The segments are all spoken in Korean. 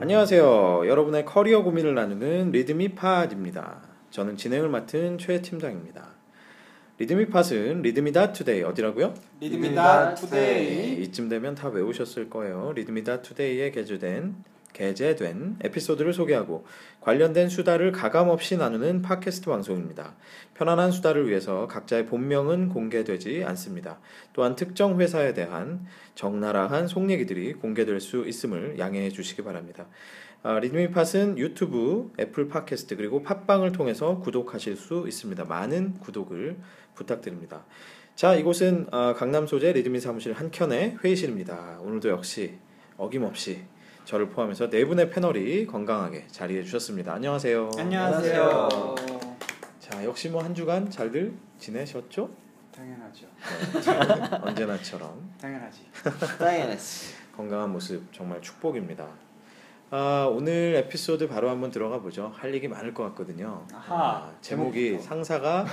안녕하세요. 여러분의 커리어 고민을 나누는 리드미 팟입니다. 저는 진행을 맡은 최 팀장입니다. 리드미 팟은 리드미다 투데이 어디라고요? 네, 리드미다 투데이 이쯤 되면 다 외우셨을 거예요. 리드미다 투데이에 게재된 게재된 에피소드를 소개하고 관련된 수다를 가감 없이 나누는 팟캐스트 방송입니다. 편안한 수다를 위해서 각자의 본명은 공개되지 않습니다. 또한 특정 회사에 대한 적나라한 속 얘기들이 공개될 수 있음을 양해해 주시기 바랍니다. 아, 리드미 팟은 유튜브, 애플 팟캐스트 그리고 팟빵을 통해서 구독하실 수 있습니다. 많은 구독을 부탁드립니다. 자, 이곳은 아, 강남 소재 리드민 사무실 한켠의 회의실입니다. 오늘도 역시 어김없이 저를 포함해서 네 분의 패널이 건강하게 자리해 주셨습니다. 안녕하세요. 안녕하세요. 자, 역시 뭐 한 주간 잘들 지내셨죠? 당연하죠. 언제나처럼 당연하지. 당연하지. 건강한 모습 정말 축복입니다. 아, 오늘 에피소드 바로 한번 들어가 보죠. 할 얘기 많을 것 같거든요. 아하, 아, 제목이 제목부터. 상사가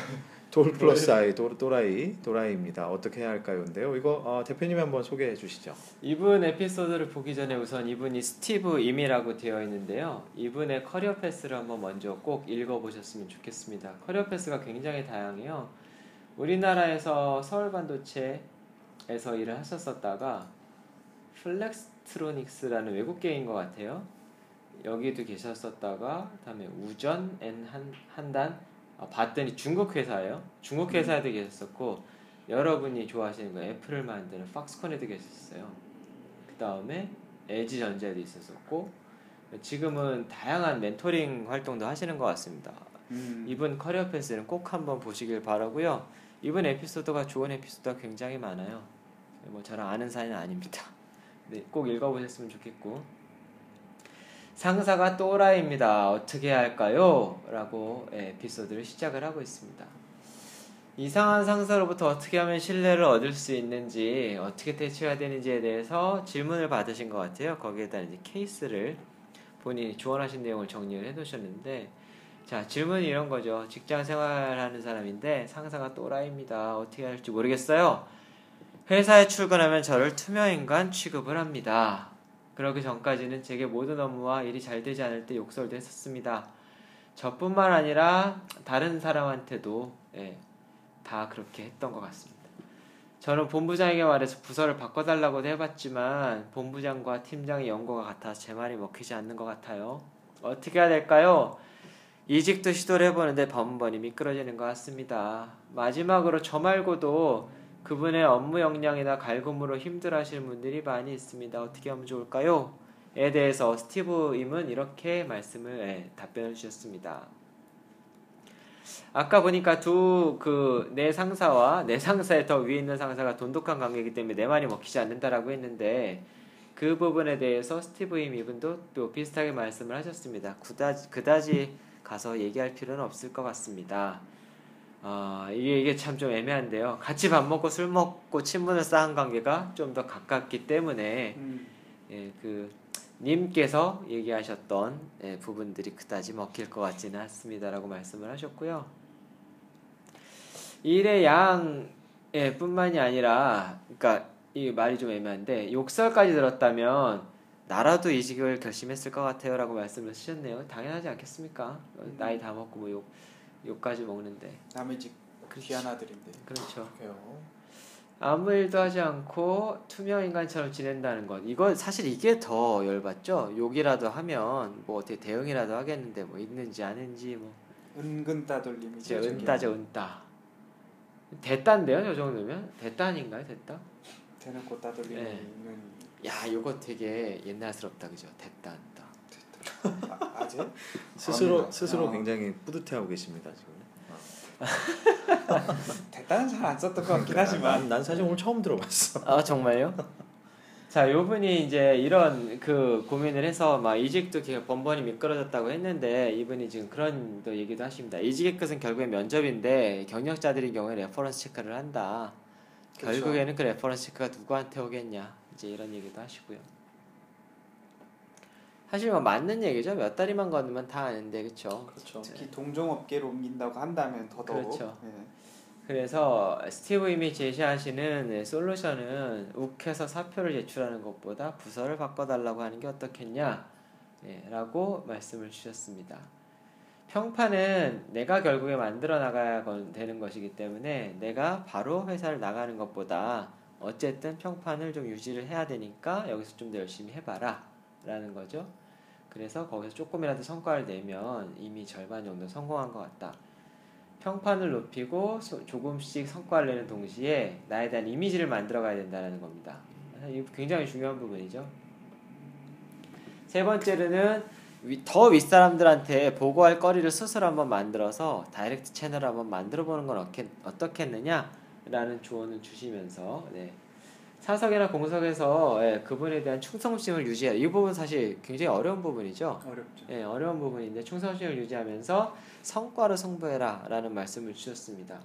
돌 플러스 아이 돌, 또라이 또라이입니다. 어떻게 해야 할까요?인데요. 이거 어, 대표님이 한번 소개해 주시죠. 이분 에피소드를 보기 전에 우선 이분이 스티브 임이라고 되어 있는데요. 이분의 커리어 패스를 한번 먼저 꼭 읽어보셨으면 좋겠습니다. 커리어 패스가 굉장히 다양해요. 우리나라에서 서울 반도체에서 일을 하셨었다가 플렉스트로닉스라는 외국계인 것 같아요. 여기도 계셨었다가 그다음에 우전 앤 한, 한단 아, 봤더니 중국 회사예요. 중국 회사에도 계셨었고 여러분이 좋아하시는 거 애플을 만드는 팍스콘에도 계셨어요. 그 다음에 LG 전자에도 있었었고 지금은 다양한 멘토링 활동도 하시는 것 같습니다. 음, 이분 커리어 패스는 꼭 한번 보시길 바라고요. 이분 에피소드가 좋은 에피소드가 굉장히 많아요. 뭐 저랑 아는 사이는 아닙니다. 네, 꼭 읽어보셨으면 좋겠고 상사가 또라이입니다. 어떻게 해야 할까요? 라고 에피소드를 시작을 하고 있습니다. 이상한 상사로부터 어떻게 하면 신뢰를 얻을 수 있는지 어떻게 대처해야 되는지에 대해서 질문을 받으신 것 같아요. 거기에 대한 이제 케이스를 본인이 조언하신 내용을 정리를 해놓으셨는데 자 질문이 이런 거죠 직장 생활하는 사람인데 상사가 또라이입니다 어떻게 해야 할지 모르겠어요 회사에 출근하면 저를 투명인간 취급을 합니다 그러기 전까지는 제게 모든 업무와 일이 잘 되지 않을 때 욕설도 했었습니다 저뿐만 아니라 다른 사람한테도 예, 다 그렇게 했던 것 같습니다 저는 본부장에게 말해서 부서를 바꿔달라고도 해봤지만 본부장과 팀장의 연고가 같아서 제 말이 먹히지 않는 것 같아요 어떻게 해야 될까요? 이직도 시도를 해보는데 번번이 미끄러지는 것 같습니다. 마지막으로 저 말고도 그분의 업무 역량이나 갈굼으로 힘들어하시는 분들이 많이 있습니다. 어떻게 하면 좋을까요? 에 대해서 스티브임은 이렇게 말씀을 예, 답변을 주셨습니다. 아까 보니까 두 그 내 상사와 내 상사의 더 위에 있는 상사가 돈독한 관계이기 때문에 내 말이 먹히지 않는다라고 했는데 그 부분에 대해서 스티브임 이분도 또 비슷하게 말씀을 하셨습니다. 그다지 그다지 가서 얘기할 필요는 없을 것 같습니다. 아, 이게, 이게 참 좀 애매한데요. 같이 밥 먹고 술 먹고 친분을 쌓은 관계가 좀 더 가깝기 때문에 음, 예, 그 님께서 얘기하셨던 예, 부분들이 그다지 먹힐 것 같지는 않습니다라고 말씀을 하셨고요. 일의 양 예, 뿐만이 아니라 그러니까 이 말이 좀 애매한데 욕설까지 들었다면 나라도 이직을 결심했을 것 같아요라고 말씀을 쓰셨네요. 당연하지 않겠습니까? 어, 음. 나이 다 먹고 뭐 욕, 욕까지 먹는데 남의 집 귀하나들인데. 그렇죠. 그래요. 아무 일도 하지 않고 투명 인간처럼 지낸다는 것. 이건 사실 이게 더 열받죠. 욕이라도 하면 뭐 어떻게 대응이라도 하겠는데 뭐 있는지 아닌지 뭐 은근 따돌림이 이제 은따죠 은따. 대따인데요, 저 정도면 대따 아닌가요, 대따? 대놓고 따돌림이 네. 있는 야, 이거 되게 옛날스럽다, 그죠? 대따, 은따. 아- 아재? 스스로 아닙니다. 스스로 아, 굉장히 뿌듯해하고 계십니다 지금. 대단한 잘안 썼던 것 같긴 난, 하지만 난 사실 오늘 처음 들어봤어. 아 정말요? 자, 요분이 이제 이런 그 고민을 해서 막 이직도 계속 번번이 미끄러졌다고 했는데 이분이 지금 그런 또 얘기도 하십니다. 이직의 끝은 결국에 면접인데 경력자들인 경우에 레퍼런스 체크를 한다. 그쵸. 결국에는 그 레퍼런스 체크가 누구한테 오겠냐 이제 이런 얘기도 하시고요. 사실 뭐 맞는 얘기죠. 몇 다리만 건너면 다 아는데 그렇죠. 그렇죠. 특히 동종업계로 옮긴다고 한다면 더더욱. 그렇죠. 예. 그래서 스티브임이 제시하시는 솔루션은 욱해서 사표를 제출하는 것보다 부서를 바꿔달라고 하는 게 어떻겠냐 예, 라고 말씀을 주셨습니다. 평판은 내가 결국에 만들어 나가야 건- 되는 것이기 때문에 내가 바로 회사를 나가는 것보다 어쨌든 평판을 좀 유지를 해야 되니까 여기서 좀 더 열심히 해봐라 라는 거죠. 그래서 거기서 조금이라도 성과를 내면 이미 절반 정도 성공한 것 같다. 평판을 높이고 소- 조금씩 성과를 내는 동시에 나에 대한 이미지를 만들어가야 된다는 겁니다. 이 굉장히 중요한 부분이죠. 세 번째로는 위- 더 윗사람들한테 보고할 거리를 스스로 한번 만들어서 다이렉트 채널을 한번 만들어 보는 건 어떻겠, 어떻겠느냐라는 조언을 주시면서 네. 사석이나 공석에서 예, 그분에 대한 충성심을 유지해야 이 부분 사실 굉장히 어려운 부분이죠. 어렵죠. 예, 어려운 부분인데 충성심을 유지하면서 성과로 승부해라 라는 말씀을 주셨습니다.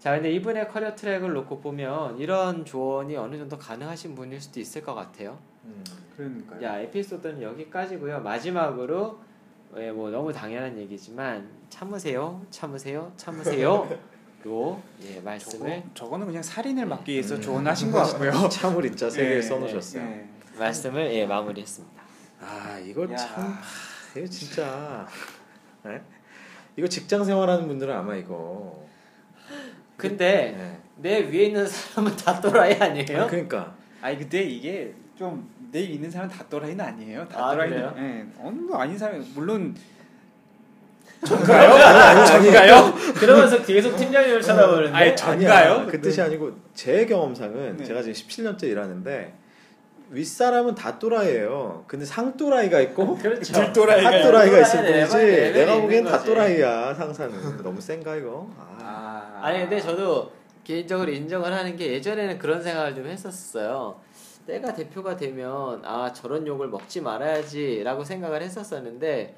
자, 근데 이분의 커리어 트랙을 놓고 보면 이런 조언이 어느 정도 가능하신 분일 수도 있을 것 같아요. 음. 그러니까요. 야, 에피소드는 여기까지고요. 마지막으로 예, 뭐 너무 당연한 얘기지만 참으세요, 참으세요, 참으세요. 로 예, 말씀을 저거, 저거는 그냥 살인을 막기 위해서 음. 조언하신 것 같고요. 참을 인자 세 개를 예, 써놓으셨어요. 예. 말씀을 예, 마무리했습니다. 아 이거 야. 참 아, 이거 진짜 네? 이거 직장 생활하는 분들은 아마 이거 근데 네. 내 위에 있는 사람은 다 또라이 아니에요? 아, 그러니까 아니 근데 이게 좀 내 있는 사람 다 또라이는 아니에요. 다 아, 또라이는 그래요? 예. 어느 거 아닌 사람 물론 전가요? 그러면서 뒤에서 팀장님을 쳐다보는데 어, 아니, 저- 전가요? 아니야. 그 뜻이 아니고 제 경험상은 네. 제가 지금 17년째 일하는데 윗사람은 다 또라이예요. 근데 상또라이가 있고 그렇죠. 네, 들또라이가 핫또라이가 있고. 있을 또라이는 뿐이지 레벨이 내가 있는 보기엔 다 거지. 또라이야 상사는 너무 센가 이거 아, 아. 아니 근데 저도 개인적으로 인정을 하는 게 예전에는 그런 생각을 좀 했었어요. 내가 대표가 되면 아 저런 욕을 먹지 말아야지라고 생각을 했었었는데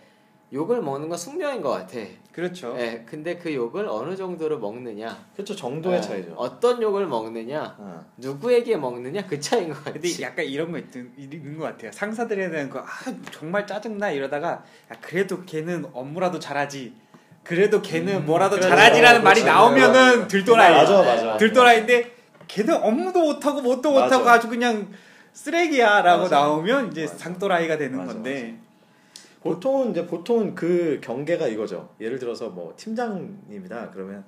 욕을 먹는 건 숙명인 것 같아. 그렇죠. 네, 예, 근데 그 욕을 어느 정도로 먹느냐, 그렇죠 정도의 예, 네. 차이죠 어떤 욕을 먹느냐, 어. 누구에게 먹느냐 그 차인 것 같아. 근데 약간 이런 거 있는, 있는 것 같아요. 상사들에 대한 거, 아, 정말 짜증나 이러다가, 야, 그래도 걔는 업무라도 잘하지. 그래도 걔는 뭐라도 그렇죠. 잘하지라는 말이 음, 그렇죠. 나오면은 들도라이. 맞아, 맞아, 맞아. 들도라이인데, 걔는 업무도 못하고, 뭣도 맞아. 못하고 아주 그냥 쓰레기야 라고 맞아. 나오면 이제 맞아. 상도라이가 되는 맞아, 건데. 보통은 이제 보통은 그 경계가 이거죠. 예를 들어서 뭐 팀장님이다 그러면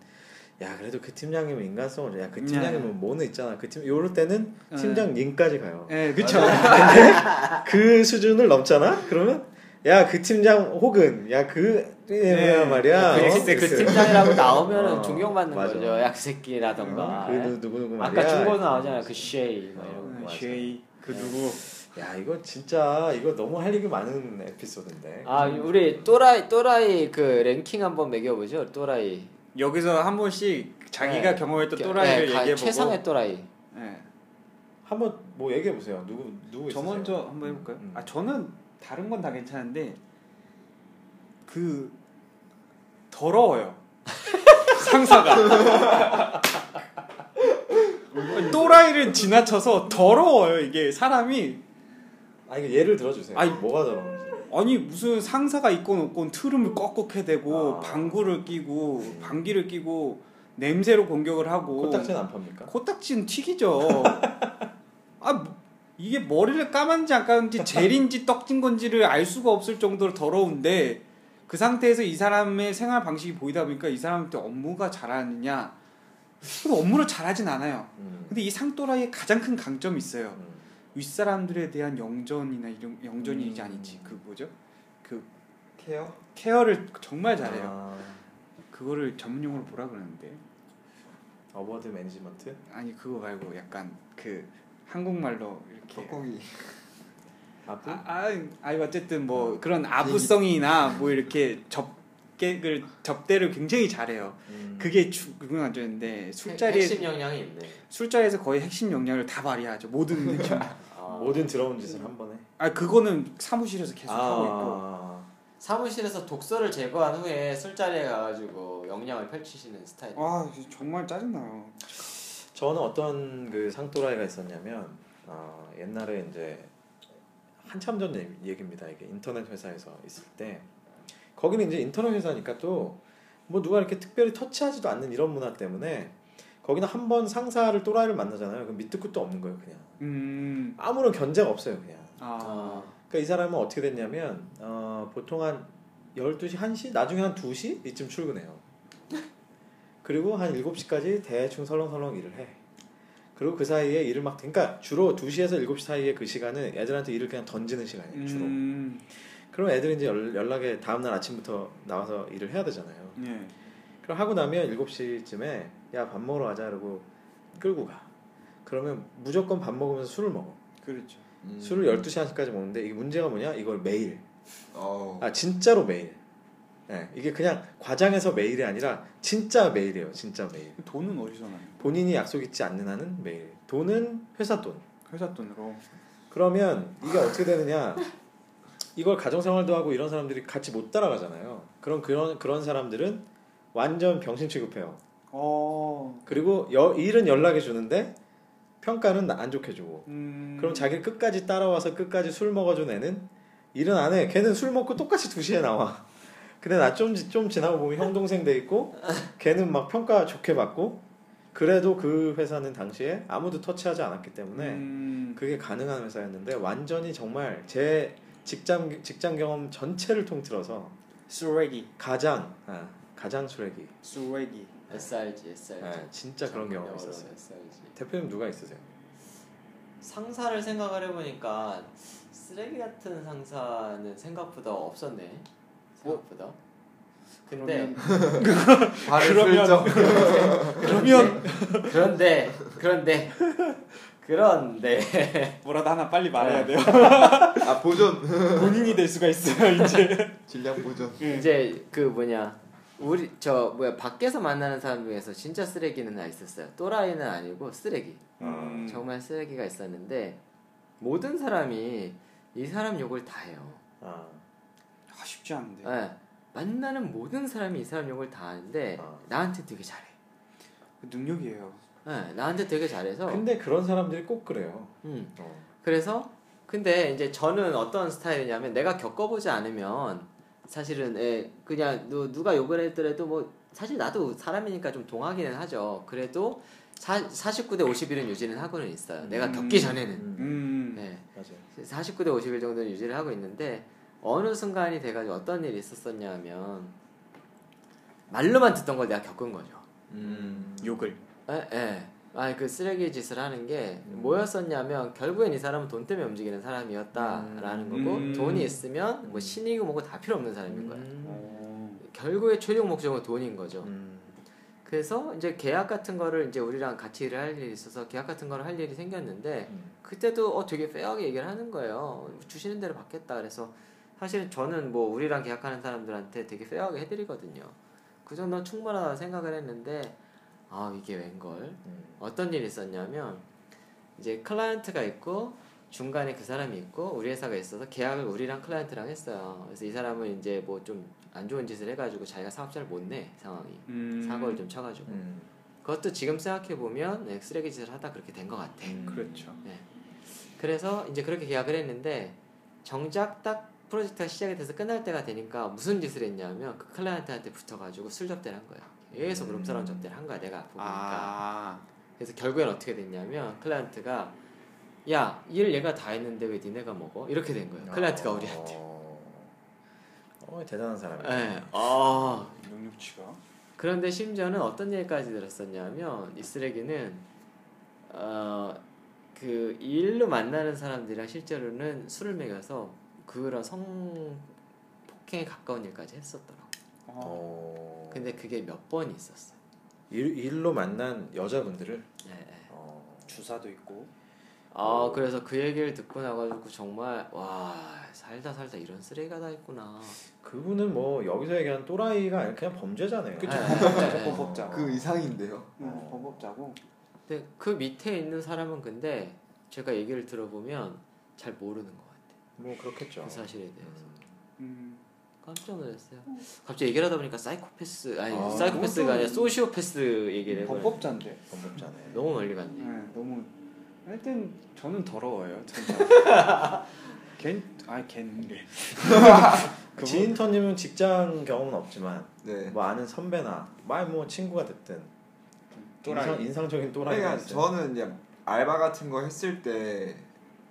야 그래도 그 팀장님은 인간성을 야그 네. 팀장님은 뭐는 있잖아 그 팀 요럴 때는 네. 팀장님까지 가요. 네. 예, 그쵸. 아, 그 수준을 넘잖아 그러면 야 그 팀장 혹은 야 그 네. 말이야 그 어? X, 그 X. 팀장이라고 나오면은 어, 존경받는 맞아. 거죠. 약새끼라던가. 예? 그 누구 누구 말이야 아, 네. 아까 중고는 나오잖아요. 그 쉐이 막 이런 거. 쉐이, 그 누구. 야 이거 진짜 이거 너무 할 얘기 많은 에피소드인데 아 우리 또라이 또라이 그 랭킹 한번 매겨보죠. 또라이. 여기서 한 번씩 자기가 네. 경험했던 겨- 또라이를 네, 가- 얘기해보고. 최상의 또라이. 예. 한번 뭐 얘기해 보세요 누구 누구 저 있으세요? 먼저 한번 해볼까요? 음. 아 저는 다른 건 다 괜찮은데 그 더러워요 상사가 또라이를 지나쳐서 더러워요 이게 사람이 아 이거 예를 들어주세요 아니, 뭐가 저런지 아니 무슨 상사가 있건 없건 트름을 꺽꺽해 대고 아. 방구를 끼고 방귀를 끼고 냄새로 공격을 하고 코딱지는 안 팝니까? 코딱지는 튀기죠. 아 뭐, 이게 머리를 감았는지 안 감았는지 젤인지 떡진 건지를 알 수가 없을 정도로 더러운데 그 상태에서 이 사람의 생활 방식이 보이다 보니까 이 사람한테 업무가 잘하느냐? 근데 업무를 잘하진 않아요. 음. 근데 이 상또라이의 가장 큰 강점이 있어요. 음. 윗사람들에 대한 영전이나 이런 영전이 지 음. 아니지 그 뭐죠? 그 케어 케어를 정말 잘해요. 아, 그거를 전문용어로 뭐라 그러는데 어워드 매니지먼트? 아니 그거 말고 약간 그 한국말로 어. 이렇게 아프? 아, 아, 아니 어쨌든 뭐 네. 그런 아부성이나 뭐 이렇게 접객을 접대를 굉장히 잘해요. 음. 그게 중요한 점인데 술자리에 핵심 영향이 있네. 술자리에서 거의 핵심 역량을 다 발휘하죠. 모든 느낌. 아, 모든 더러운 짓을 한 번에 아 그거는 사무실에서 계속 아. 하고 있고. 있고 사무실에서 독서를 제거한 후에 술자리에 가가지고 영향을 펼치시는 스타일. 아 정말 짜증나요. 저는 어떤 그 상또라이가 있었냐면 어, 옛날에 이제 한참 전 얘기- 얘기입니다 이게 인터넷 회사에서 있을 때 거기는 이제 인터넷 회사니까 또 뭐 누가 이렇게 특별히 터치하지도 않는 이런 문화 때문에 거기는 한 번 상사를 또라이를 만나잖아요 그럼 밑도 끝도 없는 거예요 그냥 음. 아무런 견제가 없어요 그냥 아. 아, 그러니까 이 사람은 어떻게 됐냐면 어, 보통 한 12시, 1시? 나중에 한 2시? 이쯤 출근해요. 그리고 한 7시까지 대충 설렁설렁 일을 해. 그리고 그 사이에 일을 막 그러니까 주로 2시에서 7시 사이에 그 시간은 애들한테 일을 그냥 던지는 시간이에요, 아, 주로. 음, 그럼 애들이 이제 연- 연락에 다음 날 아침부터 나와서 일을 해야 되잖아요. 예. 그럼 하고 나면 7시쯤에 야 밥 먹으러 가자 그러고 끌고 가. 그러면 무조건 밥 먹으면서 술을 먹어. 그렇죠. 술을 12시 1시까지 먹는데 이게 문제가 뭐냐? 이걸 매일. 어. 아 진짜로 매일. 예, 이게 그냥 과장해서 매일이 아니라 진짜 매일이에요. 진짜 매일. 돈은 어디서 나요? 본인이 약속 있지 않는 한은 매일. 돈은 회사 돈. 회사 돈으로. 그러면 이게 어떻게 되느냐? 이걸 가정생활도 하고 이런 사람들이 같이 못 따라가잖아요. 그런 그런 그런 사람들은 완전 병신 취급해요. 어. 그리고 여- 일은 연락해 주는데 평가는 안 좋게 주고. 음. 그럼 자기 끝까지 따라와서 끝까지 술 먹어준 애는 일은 안 해. 걔는 술 먹고 똑같이 2시에 나와. 근데 나 좀 좀 지나고 보면 형 동생 돼 있고 걔는 막 평가 좋게 받고 그래도 그 회사는 당시에 아무도 터치하지 않았기 때문에 음. 그게 가능한 회사였는데 완전히 정말 제 직장 직장 경험 전체를 통틀어서 쓰레기. 가장 아, 가장 쓰레기 쓰레기. SRG, SRG. 아, 진짜 그런 경험이 있었어요. SRG. 대표님 누가 있으세요? 상사를 생각을 해보니까 쓰레기 같은 상사는 생각보다 없었네. 생각보다. 근데 발을 그러면- 슬쩍 그러면 그런데 그런데 그런데 뭐라도 하나 빨리 말해야 돼요. 아 보존 본인이 될 수가 있어요 이제. 질량 보존 예. 이제 그 뭐냐 우리 저 뭐야 밖에서 만나는 사람 중에서 진짜 쓰레기는 나 있었어요. 또라이는 아니고 쓰레기. 음. 정말 쓰레기가 있었는데 모든 사람이 이 사람 욕을 다 해요. 아, 아, 쉽지 않은데. 예. 만나는 모든 사람이 이 사람 욕을 다 하는데 아. 나한테 되게 잘해. 그 능력이에요. 예, 나한테 되게 잘해서 근데 그런 사람들이 꼭 그래요. 음. 어. 그래서 근데 이제 저는 어떤 스타일이냐면 내가 겪어보지 않으면 사실은 예, 그냥 누, 누가 욕을 했더라도 뭐 사실 나도 사람이니까 좀 동하기는 하죠. 그래도 사, 49대 51은 유지는 하고는 있어요. 내가 음. 겪기 전에는. 음, 음. 네. 맞아요. 49대 51 정도는 유지를 하고 있는데 어느 순간이 돼가지고 어떤 일이 있었었냐면 말로만 듣던 걸 내가 겪은 거죠. 음, 욕을. 에, 에. 예, 아니 그 쓰레기 짓을 하는 게 뭐였었냐면 결국엔 이 사람은 돈 때문에 움직이는 사람이었다라는 음. 거고 음. 돈이 있으면 뭐 신이고 뭐고 다 필요 없는 사람인 거야. 음. 어. 결국에 최종 목적은 돈인 거죠. 음. 그래서 이제 계약 같은 거를 이제 우리랑 같이 일을 할 일이 있어서 계약 같은 거를 할 일이 생겼는데 음. 그때도 어 되게 페어하게 얘기를 하는 거예요. 주시는 대로 받겠다. 그래서 사실 저는 뭐 우리랑 계약하는 사람들한테 되게 페어하게 해드리거든요. 그 정도는 충분하다고 생각을 했는데 아 이게 웬걸. 어떤 일이 있었냐면 이제 클라이언트가 있고 중간에 그 사람이 있고 우리 회사가 있어서 계약을 우리랑 클라이언트랑 했어요. 그래서 이 사람은 이제 뭐 좀 안 좋은 짓을 해가지고 자기가 사업자를 못 내 상황이 음. 사고를 좀 쳐가지고 음. 그것도 지금 생각해 보면 네, 쓰레기 짓을 하다 그렇게 된 것 같아. 네. 음. 그렇죠. 그래서 이제 그렇게 계약을 했는데 정작 딱 프로젝트가 시작이 돼서 끝날 때가 되니까 무슨 짓을 했냐면 그 클라이언트한테 붙어가지고 술 접대를 한 거야. 계속 룸사람 접대를 한 거야 내가 아프니까. 아. 그래서 결국엔 어떻게 됐냐면 클라이언트가 야 일 얘가 다 했는데 왜 니네가 먹어? 이렇게 된 거예요. 클라이언트가 어. 우리한테. 어, 대단한 사람이야. 예. 아. 능력치가. 그런데 심지어는 어떤 얘기까지 들었었냐면 이 쓰레기는 어, 어그 일로 만나는 사람들이랑 실제로는 술을 먹여서 그런 성 폭행에 가까운 일까지 했었더라고. 어. 어. 근데 그게 몇 번 있었어. 일, 일로 만난 여자분들을 예. 예. 어. 주사도 있고. 아 그래서 그 얘기를 듣고 나가지고 정말 와 살다 살다 이런 쓰레기가 다 있구나. 그분은 뭐 여기서 얘기한 또라이가 아니라 그냥 범죄잖아요. 그쵸. 예, 범법자죠. 예, 예. 범법자. 그 이상인데요 응, 음, 범법자고. 근데 그 밑에 있는 사람은 근데 제가 얘기를 들어보면 잘 모르는 것 같아요. 뭐 그렇겠죠. 그 사실에 대해서 음. 깜짝 놀랐어요. 갑자기 얘기를 하다 보니까 사이코패스 아니 아, 사이코패스가 그것도- 아니라 소시오패스 얘기를 해버려. 범법자인데. 범죄잖아요. 너무 멀리 갔네. 네, 너무 하여튼 저는 더러워요. 진짜. 걘 아니 걘래. 그분- 지인터님은 직장 경험은 없지만 네 뭐 아는 선배나 말뭐 친구가 됐든 인상, 인상적인 또라이가 그러니까 있어요. 저는 이제 알바 같은 거 했을 때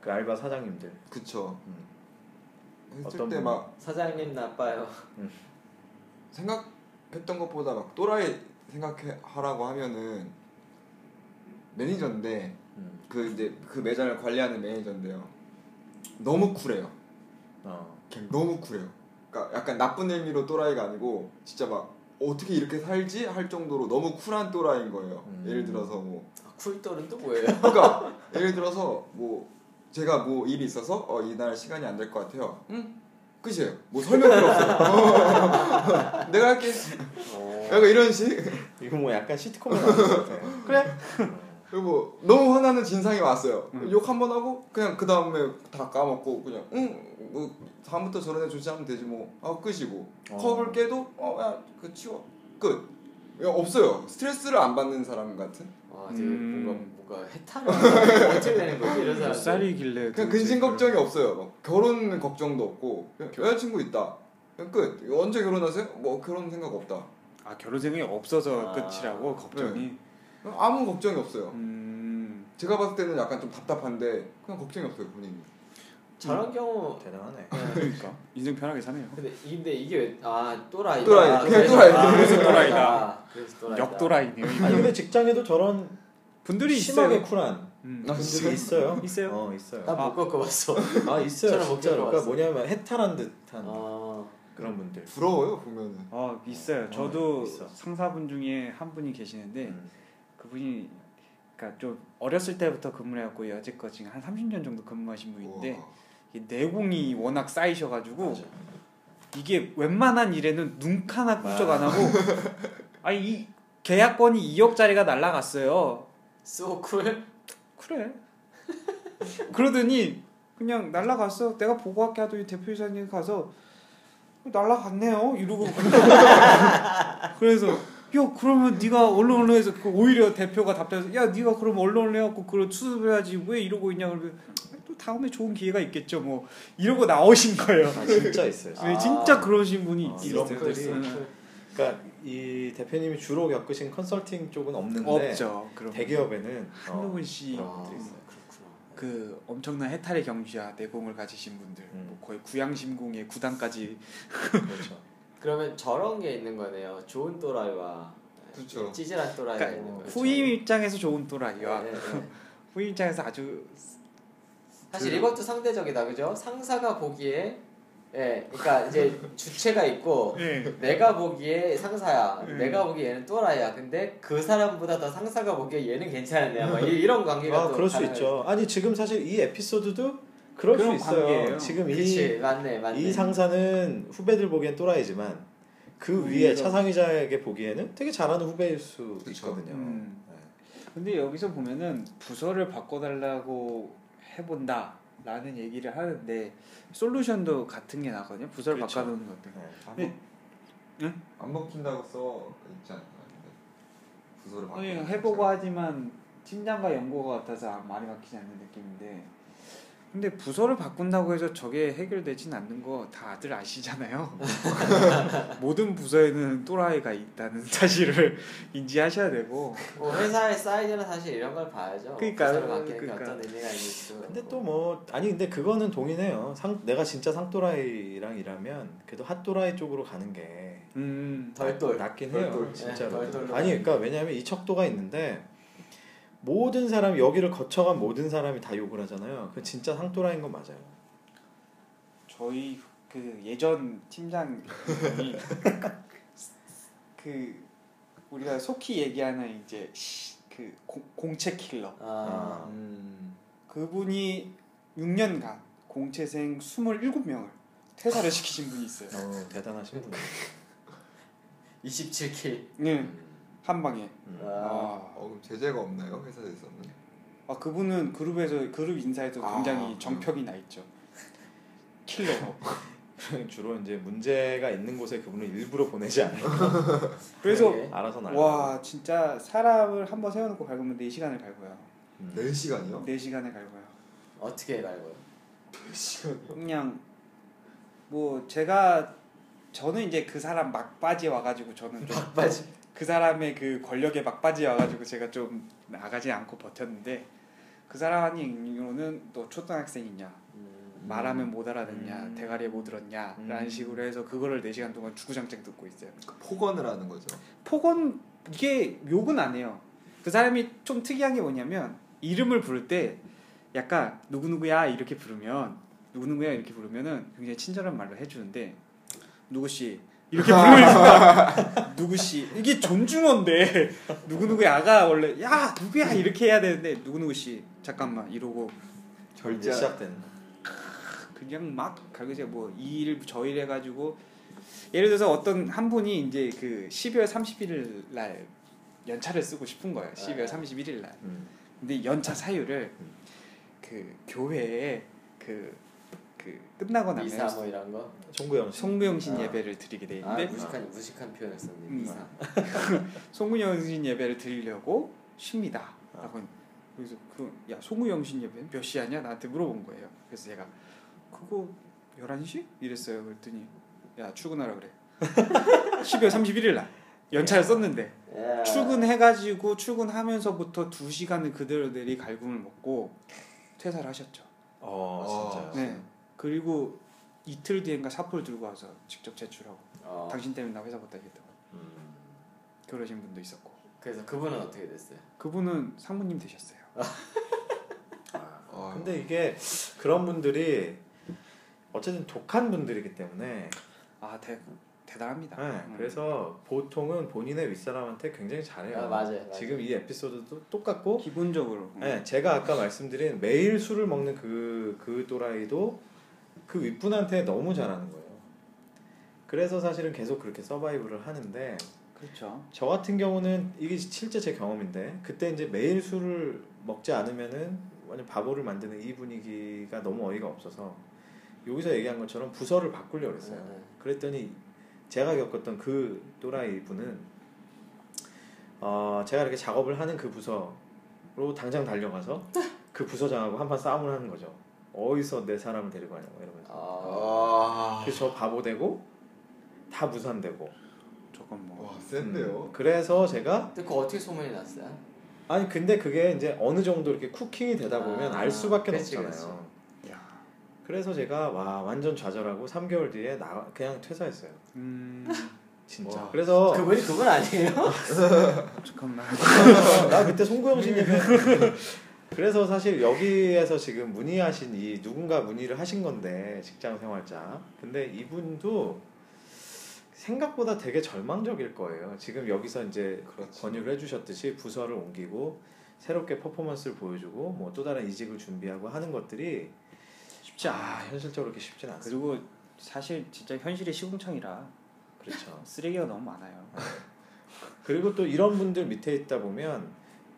그 알바 사장님들. 그쵸 음. 어떤 했을 때 막 사장님 나빠요. 생각했던 것보다 막 또라이 생각하라고 하면은 매니저인데 음. 그 이제 그 매장을 관리하는 매니저인데요. 너무 쿨해요. 어. 그냥 너무 쿨해요. 그러니까 약간 나쁜 의미로 또라이가 아니고 진짜 막 어떻게 이렇게 살지 할 정도로 너무 쿨한 또라이인 거예요. 음. 예를 들어서 뭐 쿨돌은 또 뭐예요? 그러니까 예를 들어서 뭐 제가 뭐 일이 있어서 어, 이날 시간이 안 될 것 같아요. 응? 끝이에요. 뭐 설명 필요 없어요. 내가 할게. 약간 이런 식. 이거 뭐 약간 시트콤에 나온 것 같아. 그래. 그리고 뭐 너무 화나는 진상이 왔어요. 욕 한 번 하고 그냥 그 다음에 다 까먹고 그냥 응, 뭐 다음부터 저런 애 조치하면 되지 뭐. 아 끝이고 어. 컵을 깨도 어야그 치워 끝. 야, 없어요. 스트레스를 안 받는 사람 같은. 와, 되게 음. 뭔가 뭔가 해탈을 어떻게 되는 거지 이런 몇 살이길래 그냥 도대체 근심 그걸- 걱정이 없어요. 막 결혼 걱정도 없고 그냥 여자친구 있다. 그냥 끝. 이거 언제 결혼하세요? 뭐 결혼 생각 없다. 아 결혼 생각이 없어서 아. 끝이라고 걱정이 그냥 아무 걱정이 없어요. 음. 제가 봤을 때는 약간 좀 답답한데 그냥 걱정이 없어요 본인이. 저런 경우 어, 예. 대단하네. 그러니까 인생 편하게 사네요. 근데 근데 이게 왜, 아 또라이다. 또라이, 그냥 그래서- 또라이다. 아, 그래서 또라이다. 그래서 또라이다. 역도라이네요. 이거. 아니 근데 직장에도 저런 분들이 심하게 있어요. 쿨한 음. 아, 진짜? 분들이 있어요. 있어요? 아, 어 있어요. 나못 겪어봤어. 아 있어요 저는 못 진짜로. 그러니까 겪어봤어요. 뭐냐면 해탈한 듯한 아, 그런 분들. 부러워요 보면은. 어 어, 있어요. 저도 있어. 상사분 중에 한 분이 계시는데 음. 그분이 그러니까 좀 어렸을 때부터 근무를 해갖고 여태껏 지금 한 30년 정도 근무하신 분인데 우와. 이 내공이 워낙 쌓이셔가지고 맞아. 이게 웬만한 일에는 눈 하나 훌쩍 아. 안 하고 아니 이 계약권이 2억짜리가 날라갔어요. so cool. 그래. 그러더니 그냥 날라갔어. 내가 보고할게 하더니 대표이사님 가서 날라갔네요. 이러고 그래서 야 그러면 네가 언론 언론에서 그 오히려 대표가 답변해서 야 네가 그럼 언론 언론 해갖고 그걸 추습해야지 왜 이러고 있냐 그러면 또 다음에 좋은 기회가 있겠죠 뭐 이러고 나오신 거예요. 아 진짜 있어요. 진짜. 네, 진짜 그러신 분이 아, 있어요. 이런 분들이 네. 그러니까 이 대표님이 주로 겪으신 컨설팅 쪽은 없는데 없죠. 그럼 대기업에는 어, 한동훈 씨 그런 아, 분들이 있어요. 그렇구나. 그 엄청난 해탈의 경지와 내공을 가지신 분들 음. 뭐 거의 구양심공의 구단까지 그렇죠. 그러면 저런 게 있는 거네요. 좋은 또라이와 그쵸. 그렇죠. 찌질한 또라이가 그러니까 어, 있는 거죠. 후임 입장에서 좋은 또라이와 네, 네. 후임 입장에서 아주 사실 그- 이것도 상대적이다, 그죠? 상사가 보기에 예, 그러니까 이제 주체가 뭐. 있고 네. 내가 보기에 상사야, 음. 내가 보기에 얘는 또라이야. 근데 그 사람보다 더 상사가 보기에 얘는 괜찮았냐, 막 이- 이런 관계가 아 또 그럴 수 가능할 있죠. 아니 지금 사실 이 에피소드도 그럴 수 그런 있어요. 관계예요. 지금 그치 이, 맞네 맞네 이 상사는 후배들 보기엔 또라이지만 음, 그 위에 오히려. 차상위자에게 보기에는 되게 잘하는 후배일 수 그쵸. 있거든요. 음. 네. 근데 여기서 보면은 부서를 바꿔달라고 해본다 라는 얘기를 하는데 솔루션도 같은 게 나거든요 부서를 그렇죠. 바꿔놓는 것도 네. 안, 네. 먹- 응? 안 먹힌다고 써 있지 않나요? 부서를 바꿔. 아니, 어, 예, 해보고 하지만 팀장과 연구가 같아서 많이 바뀌지 않는 느낌인데 근데 부서를 바꾼다고 해서 저게 해결되진 않는 거 다들 아시잖아요 모든 부서에는 또라이가 있다는 사실을 인지하셔야 되고 뭐 회사의 사이즈는 사실 이런 걸 봐야죠 그러니까, 부서를 바뀌는 게 그러니까. 어떤 의미가 있는지 근데 또 뭐 아니 근데 그거는 동의네요. 상 내가 진짜 상또라이랑 일하면 그래도 핫또라이 쪽으로 가는 게 음 덜돌 낫긴 덜 해요. 돌. 진짜로. 네, 덜 돌로 아니 그러니까 왜냐하면 이 척도가 있는데 모든 사람 여기를 거쳐간 모든 사람이 다 욕을 하잖아요. 그 진짜 상또라인 건 맞아요. 저희 그 예전 팀장이 그 우리가 속히 얘기하는 이제 그 공- 공채 킬러 아, 음. 그분이 6년간 공채생 27명을 퇴사를 시키신 분이 있어요. 어, 대단하신 분. 27킬 네, 한 방에. 아, 아, 어, 그럼 제재가 없나요 회사에서는? 아, 그분은 그룹에서 그룹 인사에서 아, 굉장히 음. 정평이 나 있죠. 킬러로. 음. 주로 이제 문제가 있는 곳에 그분을 일부러 보내지 않아요. 그래서 그러게. 알아서 나. 와 진짜 사람을 한번 세워놓고 밟으면 4시간을 밟아요. 음. 4 시간이요? 4시간을 밟아요. 어떻게 갈고요 그냥 뭐 제가 저는 이제 그 사람 막바지에 와가지고 저는 좀 막바지 그 사람의 그 권력의 막바지에 와가지고 제가 좀 나가지 않고 버텼는데 그 사람이 인로는 너 초등학생이냐 음, 말하면 못 알아듣냐 음. 대가리에 못 들었냐라는 음. 식으로 해서 그거를 4시간 동안 주구장창 듣고 있어요 폭언을 하는 거죠. 폭언 이게 욕은 안 해요. 그 사람이 좀 특이한 게 뭐냐면 이름을 부를 때 약간 누구 누구야 이렇게 부르면 누구 누구야 이렇게 부르면은 굉장히 친절한 말로 해주는데 누구 씨 이렇게 부르면서 누구 씨 이게 존중어인데 누구 누구야가 원래 야 누구야 이렇게 해야 되는데 누구 누구 씨 잠깐만 이러고 이제 절제. 시작된. 그냥 막 갈그지가 뭐이 일 저 일 해가지고 예를 들어서 어떤 한 분이 이제 그 12월 31일 날 연차를 쓰고 싶은 네. 거예요. 12월 31일 날. 음. 근데 연차 사유를 그 교회에 그, 그 끝나고 나면 미사 뭐 이런 거. 송구영 씨. 송무영신 아. 예배를 드리게 돼 아, 있는데 무식한 무식한 표현을 썼네. 네. 음. 미사. 송무영신 예배를 드리려고 쉽니다. 라고 그래서 그야 송무영신 예배는 몇 시 하냐 나한테 물어본 거예요. 그래서 제가 그거 11시? 이랬어요. 그랬더니 야 출근하라 그래. 12월 31일 날 연차를 썼는데 예. 출근해가지고 출근하면서부터 2시간을 그대로 내리 갈굼을 먹고 퇴사를 하셨죠. 어 진짜. 아, 네. 그리고 이틀 뒤엔가 사포를 들고 와서 직접 제출하고 어. 당신 때문에 나 회사 못 다니겠다고 음. 그러신 분도 있었고 그래서 그분은 어떻게 됐어요? 그분은 상무님 되셨어요. 아, 근데 이게 그런 분들이 어쨌든 독한 분들이기 때문에 아 대, 대단합니다. 네, 음. 그래서 보통은 본인의 윗사람한테 굉장히 잘해요. 아, 맞아요, 맞아요. 지금 이 에피소드도 똑같고 기본적으로 음. 네, 제가 아까 말씀드린 매일 술을 먹는 그, 그 또라이도 그 윗분한테 너무 잘하는 거예요. 그래서 사실은 계속 그렇게 서바이브를 하는데 그렇죠. 저 같은 경우는 이게 실제 제 경험인데 그때 이제 매일 술을 먹지 않으면은 완전 바보를 만드는 이 분위기가 너무 어이가 없어서 여기서 얘기한 것처럼 부서를 바꾸려고 했어요. 네. 그랬더니 제가 겪었던 그 또라이 분은 어, 제가 이렇게 작업을 하는 그 부서로 당장 달려가서 그 부서장하고 한판 싸움을 하는 거죠. 어디서 내 사람을 데리고 가냐고 이러면서. 어. 아, 그래서 저 바보 되고 다 무산되고. 조금 뭐 와 센데요. 음, 그래서 제가 근데 그거 어떻게 소문이 났어요? 아니 근데 그게 이제 어느 정도 이렇게 쿠킹이 되다 보면 아, 알 수밖에 그치, 없잖아요. 야. 그래서 제가 와 완전 좌절하고 3개월 뒤에 나 그냥 퇴사했어요. 음 진짜. 와. 그래서 그분이 그분 아니에요? 잠깐만 나 그때 송구영신님 그래서 사실 여기에서 지금 문의하신 이 누군가 문의를 하신 건데 직장 생활자 근데 이분도 생각보다 되게 절망적일 거예요 지금 여기서 이제 음. 그렇지. 권유를 해주셨듯이 부서를 옮기고 새롭게 퍼포먼스를 보여주고 뭐 또 다른 이직을 준비하고 하는 것들이 쉽지 않아. 예. 아 현실적으로 그렇게 쉽진 않습니다 그리고 사실 진짜 현실이 시궁창이라 그렇죠 쓰레기가 너무 많아요. 그리고 또 이런 분들 밑에 있다 보면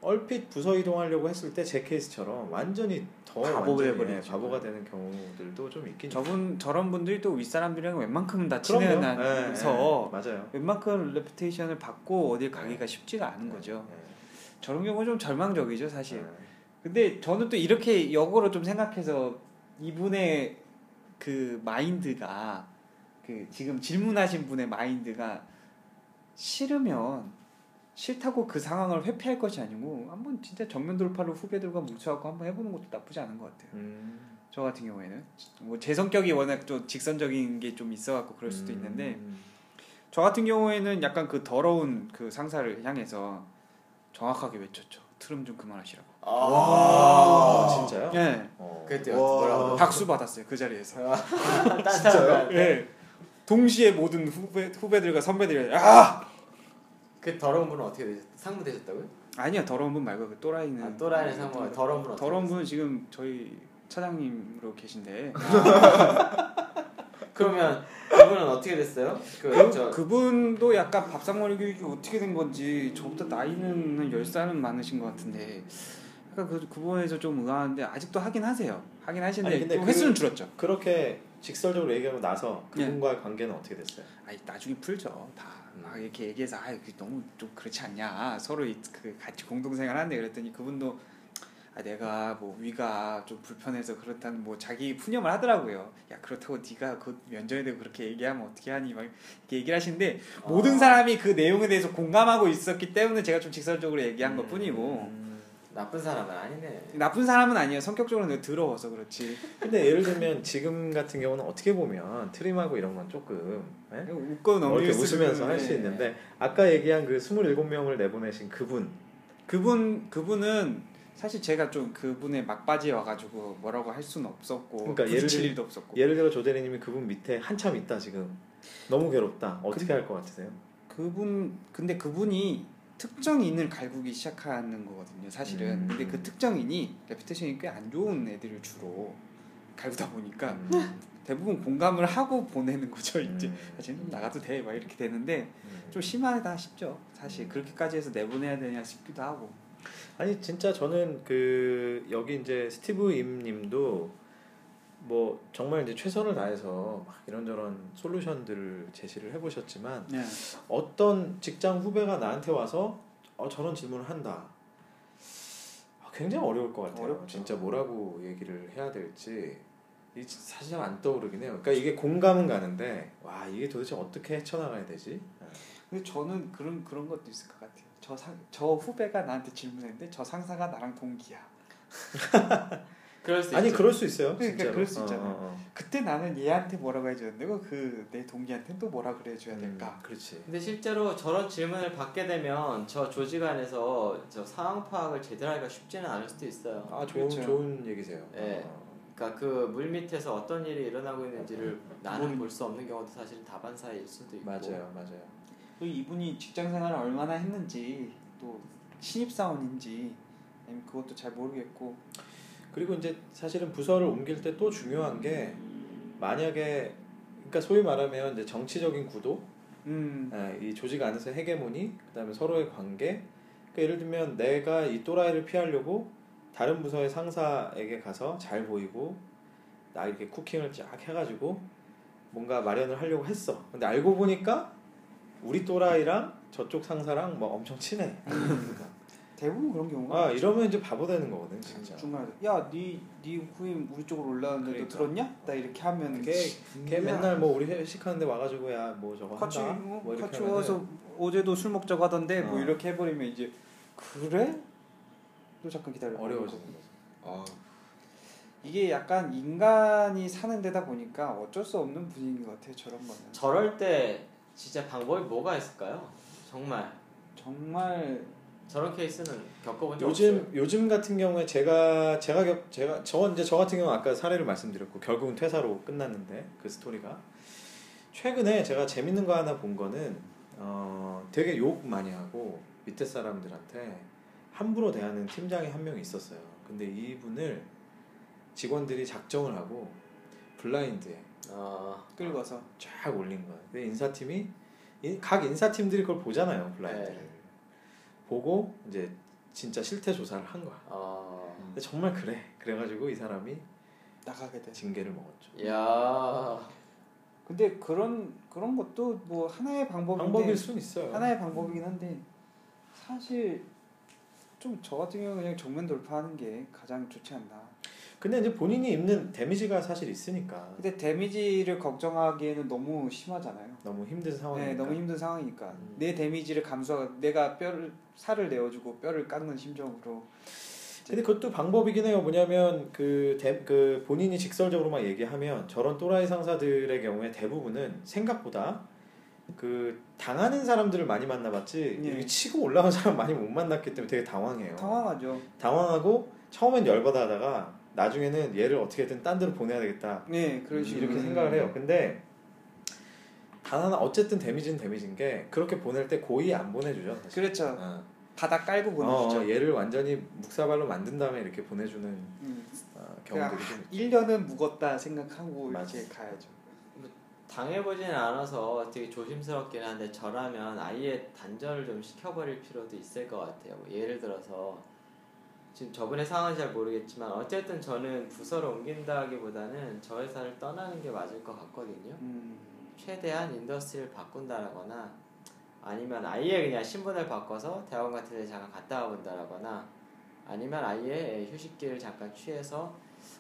얼핏 부서 이동하려고 했을 때 제 케이스처럼 완전히 더 바보 완전히, 돼버리죠. 예, 바보가 되는 경우들도 좀 있긴 저분 저런 분들이 또 윗사람들이랑 웬만큼 다 예. 그럼요. 예, 친해서 예, 맞아요. 웬만큼 레퓨테이션을 받고 어딜 가기가 쉽지가 않은 거죠. 예, 저런 경우는 좀 절망적이죠 사실. 예. 근데 저는 또 이렇게 역으로 좀 생각해서 이분의 그 마인드가 그 지금 질문하신 분의 마인드가 싫으면 싫다고 그 상황을 회피할 것이 아니고 한번 진짜 정면 돌파로 후배들과 뭉쳐갖고 한번 해보는 것도 나쁘지 않은 것 같아요. 음. 저 같은 경우에는 뭐 제 성격이 워낙 좀 직선적인 게 좀 있어갖고 그럴 수도 음. 있는데 저 같은 경우에는 약간 그 더러운 그 상사를 향해서 정확하게 외쳤죠. 트름 좀 그만하시라고. 아. 아, 아. 진짜요? 예. 어. 그때 와. 뭐라고? 박수 받았어요 그 자리에서. 아, 따뜻한 거. 예. 동시에 모든 후배 후배들과 선배들이 아 그 더러운 분은 어떻게 되셨? 상무 되셨다고요? 아니야 더러운 분 말고 그 또라이는 아, 또라이는 상무가 더러운 분은 어떻게 음. 더러운 분은 지금 저희 차장님으로 계신데 됐어요? 그러면 그분은 어떻게 됐어요? 그, 그저 그분도 약간 밥상 머리교육이 어떻게 된 건지 저보다 나이는 한 10살은 많으신 것 같은데 약간 그, 그 부분에서 좀 의아한데 아직도 하긴 하세요 하긴 아니, 하시는데 근데 또 그- 횟수는 줄었죠 그렇게 직설적으로 얘기하고 나서 예. 그분과의 관계는 어떻게 됐어요? 아니 나중에 풀죠 다 막 이렇게 얘기해서 아 이게 너무 좀 그렇지 않냐 서로 이- 그 같이 공동생활 하는데 그랬더니 그분도 아 내가 뭐 위가 좀 불편해서 그렇다는 뭐 자기 푸념을 하더라고요 야 그렇다고 네가 그 면전에 대고 그렇게 얘기하면 어떻게 하니 막 이렇게 얘기를 하시는데 아. 모든 사람이 그 내용에 대해서 공감하고 있었기 때문에 제가 좀 직설적으로 얘기한 음. 것뿐이고 음. 나쁜 사람은 아니네. 나쁜 사람은 아니에요. 성격적으로 내가 더러워서 그렇지. 근데 예를 들면 지금 같은 경우는 어떻게 보면 트림하고 이런 건 조금 예? 웃고 뭐 넘길 이렇게 수 웃으면서 있는, 할 수 예. 있는데 아까 얘기한 그 27명을 내보내신 그분 그분 그분은 사실 제가 좀 그분의 막바지에 와가지고 뭐라고 할 수는 없었고 그러니까 예를 부딪힐 들- 일도 없었고 예를 들어 조대리님이 그분 밑에 한참 있다 지금 너무 괴롭다 어떻게 할 것 같으세요? 그분 근데 그분이 특정인을 갈구기 시작하는 거거든요 사실은 음. 근데 그 특정인이 레피테이션이 꽤 안 좋은 애들을 주로 갈구다 보니까 음. 대부분 공감을 하고 보내는 거죠 그러니까 이제 음. 사실 좀 나가도 돼 막 이렇게 되는데 음. 좀 심하다 싶죠 사실 그렇게까지 해서 내보내야 되냐 싶기도 하고 아니 진짜 저는 그 여기 이제 스티브 임님도 뭐 정말 이제 최선을 다해서 막 이런저런 솔루션들을 제시를 해보셨지만 네. 어떤 직장 후배가 나한테 와서 어, 저런 질문을 한다. 아, 굉장히 어려울 것 같아요. 어렵죠. 진짜 뭐라고 얘기를 해야 될지 이 사실 잘 안 떠오르긴 해요. 그러니까 이게 공감은 가는데 와 이게 도대체 어떻게 헤쳐나가야 되지? 근데 저는 그런 그런 것도 있을 것 같아요. 저 상 저 후배가 나한테 질문했는데 저 상사가 나랑 동기야. 그럴 수 아니 있죠. 그럴 수 있어요. 그러니까 진짜로. 그럴 수 어, 있잖아요. 어, 어. 그때 나는 얘한테 뭐라고 해줘야 되고 그 내 동기한테 또 뭐라 그래 줘야 될까? 음, 그렇지. 근데 실제로 저런 질문을 받게 되면 저 조직 안에서 저 상황 파악을 제대로 하기가 쉽지는 않을 수도 있어요. 아 좋은 그렇죠. 네. 좋은 얘기세요. 예. 어. 그러니까 그 물 밑에서 어떤 일이 일어나고 있는지를 나는 모르는 볼 수 없는 경우도 사실 다반사일 수도 있고. 맞아요, 맞아요. 또그 이분이 직장 생활을 얼마나 했는지 또 신입 사원인지 아니면 그것도 잘 모르겠고 그리고 이제 사실은 부서를 옮길 때 또 중요한 게 만약에 그러니까 소위 말하면 이제 정치적인 구도 음 아, 이 조직 안에서 헤게모니 그다음에 서로의 관계 그러니까 예를 들면 내가 이 또라이를 피하려고 다른 부서의 상사에게 가서 잘 보이고 나 이렇게 쿠킹을 쫙 해가지고 뭔가 마련을 하려고 했어 근데 알고 보니까 우리 또라이랑 저쪽 상사랑 뭐 엄청 친해 대부분 그런 경우가 아 이러면 이제 바보 되는 거거든 진짜 중간에 야네네 후임 우리 쪽으로 올라왔는데 너 그러니까. 들었냐? 나 이렇게 하면 걔, 걔 맨날 뭐 우리 회식하는데 와가지고 야 뭐 저거 같이 한다 뭐, 뭐 이렇게 같이 하면은 와서 어제도 술 먹자고 하던데 뭐 어. 이렇게 해버리면 이제 그래? 또 잠깐 기다려. 어려워지는 거죠 아 이게 약간 인간이 사는 데다 보니까 어쩔 수 없는 분위기인 것 같아요. 저런 거는 저럴 때 진짜 방법이 뭐가 있을까요? 정말 정말 저런 케이스는 겪어본 적 요즘 없어요. 요즘 같은 경우에 제가 제가 겪 제가 저 이제 저 같은 경우 아까 사례를 말씀드렸고 결국은 퇴사로 끝났는데 그 스토리가 최근에 제가 재밌는 거 하나 본 거는 어 되게 욕 많이 하고 밑에 사람들한테 함부로 대하는 팀장이 한 명 있었어요. 근데 이분을 직원들이 작정을 하고 블라인드에 어, 끌고서 쫙 올린 거예요. 근데 인사팀이 이- 각 인사팀들이 그걸 보잖아요 블라인드를 네. 보고 이제 진짜 실태 조사를 한 거야. 어, 근데 정말 그래. 그래가지고 이 사람이 나가게 돼. 징계를 먹었죠. 야, 근데 그런 그런 것도 뭐 하나의 방법인데 방법일 순 있어요. 음. 하나의 방법이긴 한데 사실 좀 저 같은 경우 는 그냥 정면 돌파하는 게 가장 좋지 않나. 근데 이제 본인이 입는 데미지가 사실 있으니까 근데 데미지를 걱정하기에는 너무 심하잖아요. 너무 힘든 상황이니까. 네, 너무 힘든 상황이니까 음. 내 데미지를 감수하고 내가 뼈를 살을 내어주고 뼈를 깎는 심정으로 근데 그것도 방법이긴 해요. 뭐냐면 그, 데, 그 본인이 직설적으로만 얘기하면 저런 또라이 상사들의 경우에 대부분은 생각보다 그 당하는 사람들을 많이 만나봤지 예. 이렇게 치고 올라온 사람 많이 못 만났기 때문에 되게 당황해요. 당황하죠. 당황하고 처음엔 열받아하다가 나중에는 얘를 어떻게든 딴 데로 보내야 되겠다. 네, 그런 음, 식으로 이렇게 생각을 해요. 근데 단 하나 어쨌든 데미지는 데미지인 게 그렇게 보낼 때 고의 안 보내주죠. 사실. 그렇죠. 어. 바닥 깔고 보내주죠. 어, 얘를 완전히 묵사발로 만든 다음에 이렇게 보내주는 음, 어, 그냥 경우들이 좀 1년은 묵었다 생각하고 이렇게 맞아. 가야죠. 당해보진 않아서 되게 조심스럽긴 한데 저라면 아예 단절을 좀 시켜버릴 필요도 있을 것 같아요. 뭐 예를 들어서 지금 저분의 상황은 잘 모르겠지만 어쨌든 저는 부서를 옮긴다기보다는 저 회사를 떠나는 게 맞을 것 같거든요. 음, 최대한 인더스트리를 바꾼다라거나 아니면 아예 그냥 신분을 바꿔서 대학원 같은 데 잠깐 갔다 와본다라거나 아니면 아예 휴식기를 잠깐 취해서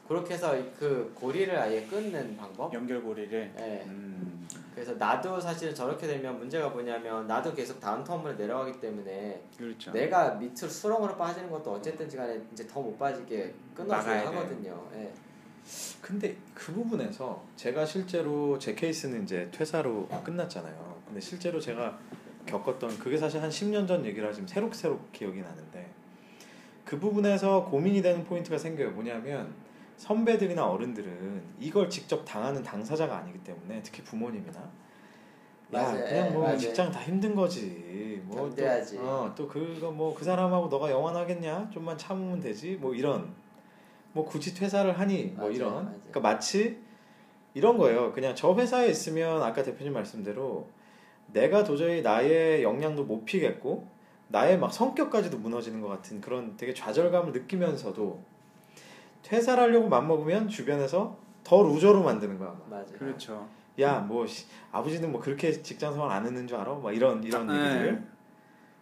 그렇게 해서 그 고리를 아예 끊는 방법? 연결고리를 예. 음, 그래서 나도 사실 저렇게 되면 문제가 뭐냐면 나도 계속 다음 텀으로 내려가기 때문에 그렇죠. 네. 내가 밑으로 수렁으로 빠지는 것도 어쨌든지 간에 이제 더 못 빠지게 막아야 끊어줘야 돼요. 하거든요. 예. 근데 그 부분에서 제가 실제로 제 케이스는 이제 퇴사로 끝났잖아요. 근데 실제로 제가 겪었던 그게 사실 한 10년 전 얘기라 지금 새록새록 기억이 나는데 그 부분에서 고민이 되는 포인트가 생겨요. 뭐냐면 선배들이나 어른들은 이걸 직접 당하는 당사자가 아니기 때문에 특히 부모님이나 야 맞아요. 그냥 뭐 예, 맞아요. 직장 다 힘든 거지 뭐또 견뎌야지. 어, 또 그거 뭐 그 사람하고 너가 영원하겠냐 좀만 참으면 되지 뭐 이런 뭐 굳이 퇴사를 하니 뭐 맞아요, 이런 맞아요. 그러니까 마치 이런 거예요. 그냥 저 회사에 있으면 아까 대표님 말씀대로 내가 도저히 나의 역량도 못 피겠고 나의 막 성격까지도 무너지는 것 같은 그런 되게 좌절감을 느끼면서도 퇴사를 하려고 맘먹으면 주변에서 더 루저로 만드는 거야. 아마. 맞아요. 그렇죠. 야, 뭐 씨, 아버지는 뭐 그렇게 직장 생활 안 했는 줄 알아? 막 이런 이런 네. 얘기들.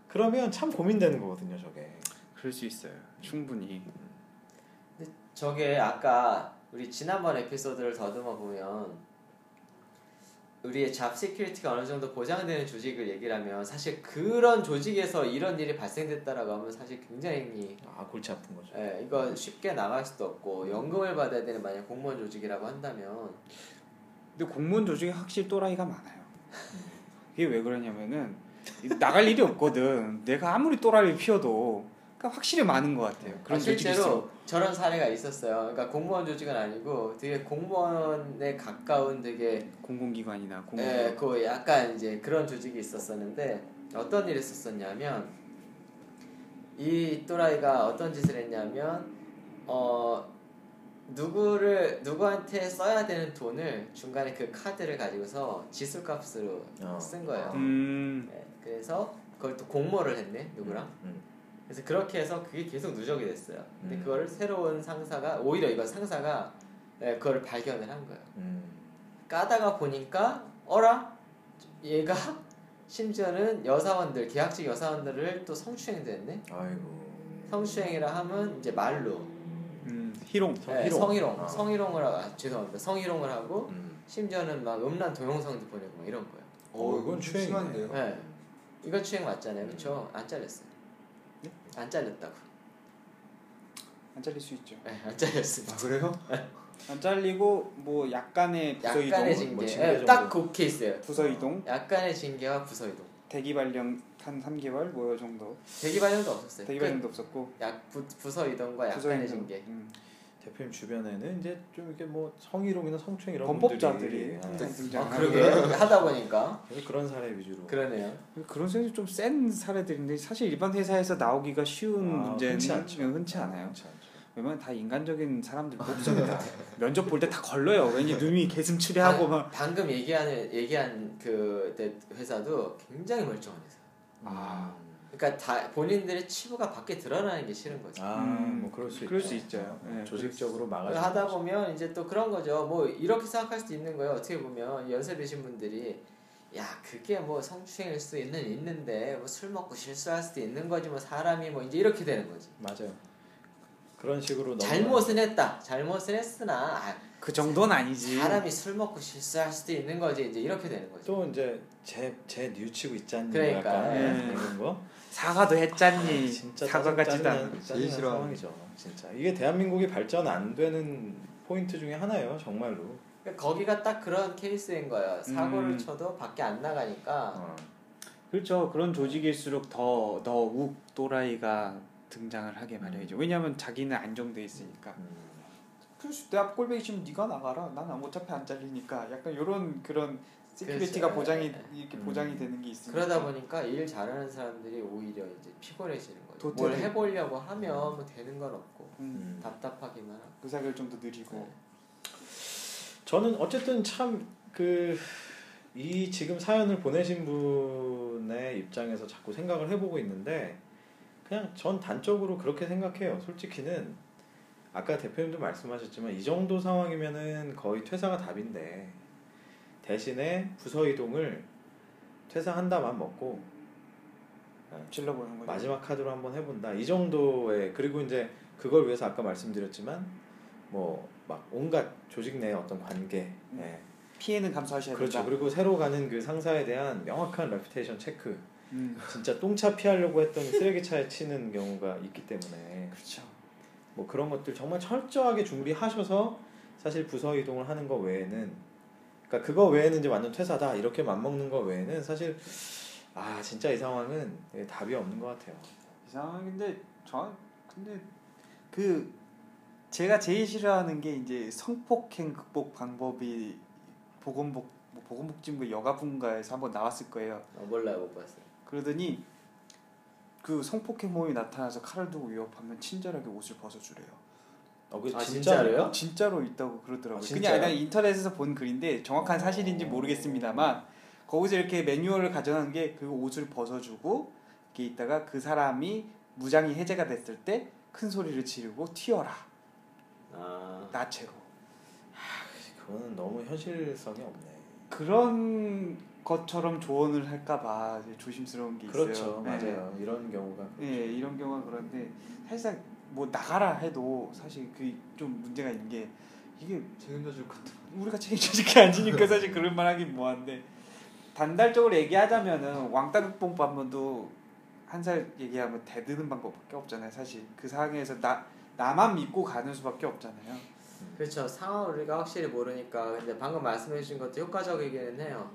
그러면 참 고민되는 거거든요, 저게. 그럴 수 있어요. 충분히. 저게 아까 우리 지난번 에피소드를 더듬어 보면 우리의 잡시큐리티가 어느 정도 보장되는 조직을 얘기하면 사실 그런 조직에서 이런 일이 발생됐다라고 하면 사실 굉장히 아, 골치 아픈 거죠. 예, 이건 쉽게 나갈 수도 없고 연금을 받아야 되는 만약 공무원 조직이라고 한다면 근데 공무원 조직에 확실히 또라이가 많아요. 이게 왜 그러냐면은 나갈 일이 없거든. 내가 아무리 또라이를 피워도 그러니까 확실히 많은 것 같아요. 아, 그런 조직이 있어. 실제로 저런 사례가 있었어요. 그러니까 공무원 조직은 아니고 되게 공무원에 가까운 되게 공공기관이나 공무원. 예, 그 약간 이제 그런 조직이 있었었는데 어떤 일이 있었었냐면 이 또라이가 어떤 짓을 했냐면 어 누구를 누구한테 써야 되는 돈을 중간에 그 카드를 가지고서 지수값으로 어. 아, 쓴 거예요. 음. 예, 그래서 그걸 또 공모를 했네 누구랑. 음. 그래서 그렇게 해서 그게 계속 누적이 됐어요. 근데 음. 그거를 새로운 상사가 오히려 이건 상사가 예, 그걸 발견을 한 거예요. 음. 까다가 보니까 어라 얘가 심지어는 여사원들 계약직 여사원들을 또 성추행도 했네 아이고. 성추행이라 하면 이제 말로 음. 희롱. 네, 성희롱. 성희롱 아. 성희롱을 하고 아, 죄송합니다 성희롱을 하고 음. 심지어는 막 음란 동영상도 보내고 막 이런 거예요 어, 이건 추행이네. 심한데요. 네. 이거 추행 맞잖아요 그쵸 안 잘렸어요 안 잘렸다고 안 잘릴 수 있죠. 네, 안 잘렸습니다 아 그래요? 안 잘리고 뭐 약간의 부서 약간의 이동, 징계 네, 뭐 징계 정도. 딱그 케이스예요 부서 이동, 약간의 징계와 부서이동 대기 발령 한 3개월 뭐요 정도. 대기 발령도 없었어요 대기 끝. 발령도 없었고. 약 부, 부서 이동과 부서 약간의 행정. 징계 음. 대표님 주변에는 이제 좀 이렇게 뭐 성희롱이나 성추행 이런 범법자들이 분들이, 항상 아, 아, 등장하는 그러게 하다 보니까 계속 그런 사례 위주로 그러네요. 그런 사례 좀센 사례들인데 사실 일반 회사에서 나오기가 쉬운 아, 문제는 예, 흔치 않죠. 흔치 않아요. 흔치 않죠. 왜냐면 다 인간적인 사람들 뽑습니다. 면접 볼 때 다 걸러요. 왠지 눈이 개슴츠레하고 막. 방금 얘기하는 얘기한 그 대- 회사도 굉장히 멀쩡한 회사. 아, 그러니까 다 본인들의 치부가 밖에 드러나는 게 싫은 거죠. 아, 음, 뭐 그럴 수 그럴 있죠. 수 있죠. 어, 네, 조직적으로 막아. 하다 보면 이제 또 그런 거죠. 뭐 이렇게 생각할 수도 있는 거예요. 어떻게 보면 연세드신 분들이 야 그게 뭐 성추행일 수도 있는 있는데 뭐 술 먹고 실수할 수도 있는 거지 뭐 사람이 뭐 이제 이렇게 되는 거지. 맞아요. 그런 식으로 잘못은 했다. 잘못은 했으나 아, 그 정도는 아니지. 사람이 술 먹고 실수할 수도 있는 거지 이제 이렇게 되는 거죠. 또 이제 제제 뉘우치고 있잖니 그러니까, 약간 예. 이런 거. 사과도 했잖니. 진짜 사과 같지도 짜증나- 않아. 짜증나는 제일 싫어하는 상황이죠. 진짜 이게 대한민국이 발전 안 되는 포인트 중에 하나예요, 정말로. 그러니까 거기가 딱 그런 케이스인 거예요. 사고를 음. 쳐도 밖에 안 아. 나가니까 어. 그렇죠. 그런 조직일수록 더 더욱 또라이가 등장을 하게 마련이죠. 왜냐하면 자기는 안정돼 있으니까. 음. 그래서 내 앞 꼴배기 지금 네가 나가라. 난 어차피 안 잘리니까. 약간 이런 그런 시큐리티가 보장이- 이렇게 보장이 되는 게 있으니까. 음. 그러다 보니까 일 잘하는 사람들이 오히려 이제 피곤해지는 거죠. 도태되- 뭘 해보려고 하면 뭐 되는 건 없고 음. 답답하기만 하고. 의사결정도 느리고. 저는 어쨌든 참 그 이 지금 사연을 보내신 분의 입장에서 자꾸 생각을 해보고 있는데 그냥 전 단적으로 그렇게 생각해요. 솔직히는 아까 대표님도 말씀하셨지만 이 정도 상황이면은 거의 퇴사가 답인데 대신에 부서 이동을 퇴사한다만 먹고 예. 네. 질러보는 거죠. 마지막 카드로 한번 해본다. 이 정도의 그리고 이제 그걸 위해서 아까 말씀드렸지만 뭐 막 온갖 조직 내 어떤 관계, 음. 예, 피해는 감수하셔야 그렇죠. 된다. 그리고 새로 가는 그 상사에 대한 명확한 레퓨테이션 체크. 음, 진짜 똥차 피하려고 했더니 쓰레기차에 치는 경우가 있기 때문에 그렇죠. 뭐 그런 것들 정말 철저하게 준비하셔서 사실 부서 이동을 하는 거 외에는 그러니까 그거 외에는 이제 완전 퇴사다 이렇게 맞먹는 거 외에는 사실 아 진짜 이 상황은 예, 답이 없는 것 같아요. 이상한 근데 저 근데 그 제가 제일 싫어하는 게 이제 성폭행 극복 방법이 보건복 뭐 보건복지부 여가분과에서 한번 나왔을 거예요. 아, 몰라요 못 봤어요. 그러더니 그 성폭행 모임이 나타나서 칼을 두고 위협하면 친절하게 옷을 벗어주래요. 어, 그 아, 진짜 진짜로요? 진짜로 있다고 그러더라고요. 아, 그냥 진짜요? 어. 그냥 인터넷에서 본 글인데 정확한 사실인지 모르겠습니다만 거기서 이렇게 매뉴얼을 가져간 게 그 옷을 벗어주고 이렇게 있다가 그 사람이 무장이 해제가 됐을 때 큰 소리를 지르고 튀어라 어. 아 나체로 그거는 너무 현실성이 없네. 그런 것처럼 조언을 할까봐 이제 조심스러운 게 있어요. 그렇죠, 네. 맞아요. 이런 경우가 예, 이런 경우가 그런데 사실상 뭐 나가라 해도 사실 그 좀 문제가 있는 게 이게 책임져줄 것도 우리가 책임질 게 아니니까 사실 그럴 만하긴 뭐한데 단달적으로 얘기하자면은 왕따극복 반면도 한 살 얘기하면 대드는 방법밖에 없잖아요. 사실 그 상황에서 나 나만 믿고 가는 수밖에 없잖아요. 그렇죠 상황을 우리가 확실히 모르니까 근데 방금 말씀해주신 것도 효과적이기는 해요.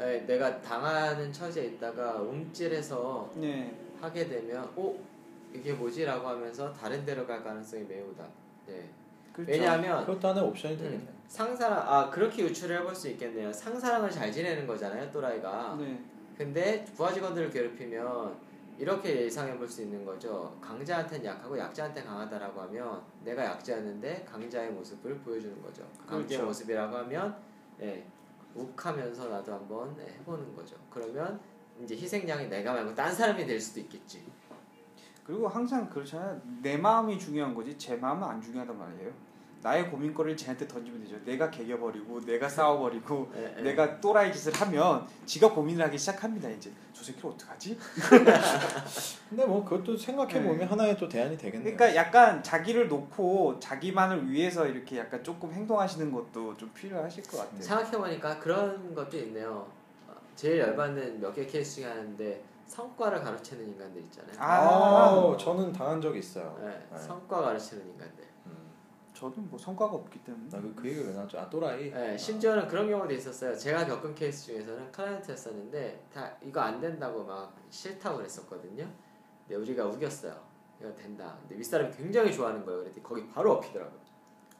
예, 내가 당하는 처지에 있다가 움찔해서 네, 하게 되면 어 이게 뭐지라고 하면서 다른 데로 갈 가능성이 매우다. 네. 그렇죠. 왜냐하면 그것도 하나의 옵션이 되겠네요. 음, 상사랑 아 그렇게 유추를 해볼 수 있겠네요. 상사랑을 잘 지내는 거잖아요 또라이가. 네, 근데 부하 직원들을 괴롭히면 이렇게 예상해 볼 수 있는 거죠. 강자한테는 약하고 약자한테 강하다라고 하면 내가 약자였는데 강자의 모습을 보여주는 거죠. 강자의 그렇죠. 모습이라고 하면 예, 욱하면서 나도 한번 예, 해보는 거죠. 그러면 이제 희생양이 내가 말고 딴 사람이 될 수도 있겠지. 그리고 항상 그렇잖아요. 내 마음이 중요한 거지 제 마음은 안 중요하단 말이에요. 나의 고민거리를 쟤한테 던지면 되죠. 내가 개겨버리고 내가 싸워버리고 예, 예. 내가 또라이 짓을 하면 지가 고민을 하기 시작합니다. 이제 저 새끼를 어떡하지? 근데 뭐 그것도 생각해 보면 네. 하나의 또 대안이 되겠네요. 그러니까 약간 자기를 놓고 자기만을 위해서 이렇게 약간 조금 행동하시는 것도 좀 필요하실 것 네. 같아요. 생각해보니까 그런 것도 있네요. 어, 제일 열받는 몇 개 케이스 중에 하나인데 성과를 가르치는 인간들 있잖아요. 아, 아, 저는 당한 적이 있어요. 네, 네. 음. 성과 가르치는 인간들. 저는 뭐 성과가 없기 때문에. 나그 그 얘기 왜 나왔죠? 아 또라이. 네, 심지어는 그런 경우도 있었어요. 제가 겪은 케이스 중에서는 클라이언트였었는데 다 이거 안 된다고 막 싫다고 그랬었거든요. 근데 우리가 우겼어요. 이거 된다. 근데 윗사람이 굉장히 좋아하는 거예요. 그랬더니 거기 바로 업히더라고요.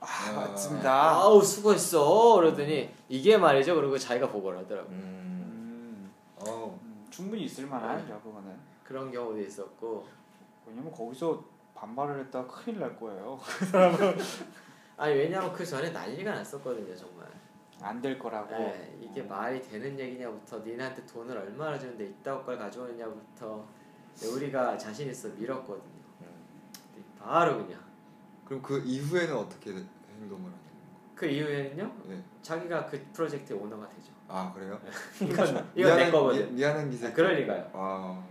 아, 아. 맞습니다. 아, 우 수고했어. 그러더니 이게 말이죠. 그리고 자기가 보고를 하더라고요. 음, 음, 어 음, 충분히 있을 만하죠 그거는. 그런 경우도 있었고 왜냐면 거기서 반발을 했다가 큰일 날 거예요. 아니 왜냐면 그 전에 난리가 났었거든요 정말 안 될 거라고. 예, 이게 말이 되는 얘기냐부터 니네한테 돈을 얼마나 주는데 이따위 걸 가져오느냐부터 근데 우리가 자신 있어 밀었거든요. 근데 바로 그냥 그럼 그 이후에는 어떻게 행동을 하는 그 이후에는요 거예요? 네. 자기가 그 프로젝트의 오너가 되죠. 아 그래요? 네. 이건 이건 내 거거든. 미, 안한 기색. 그럴 리가요. 아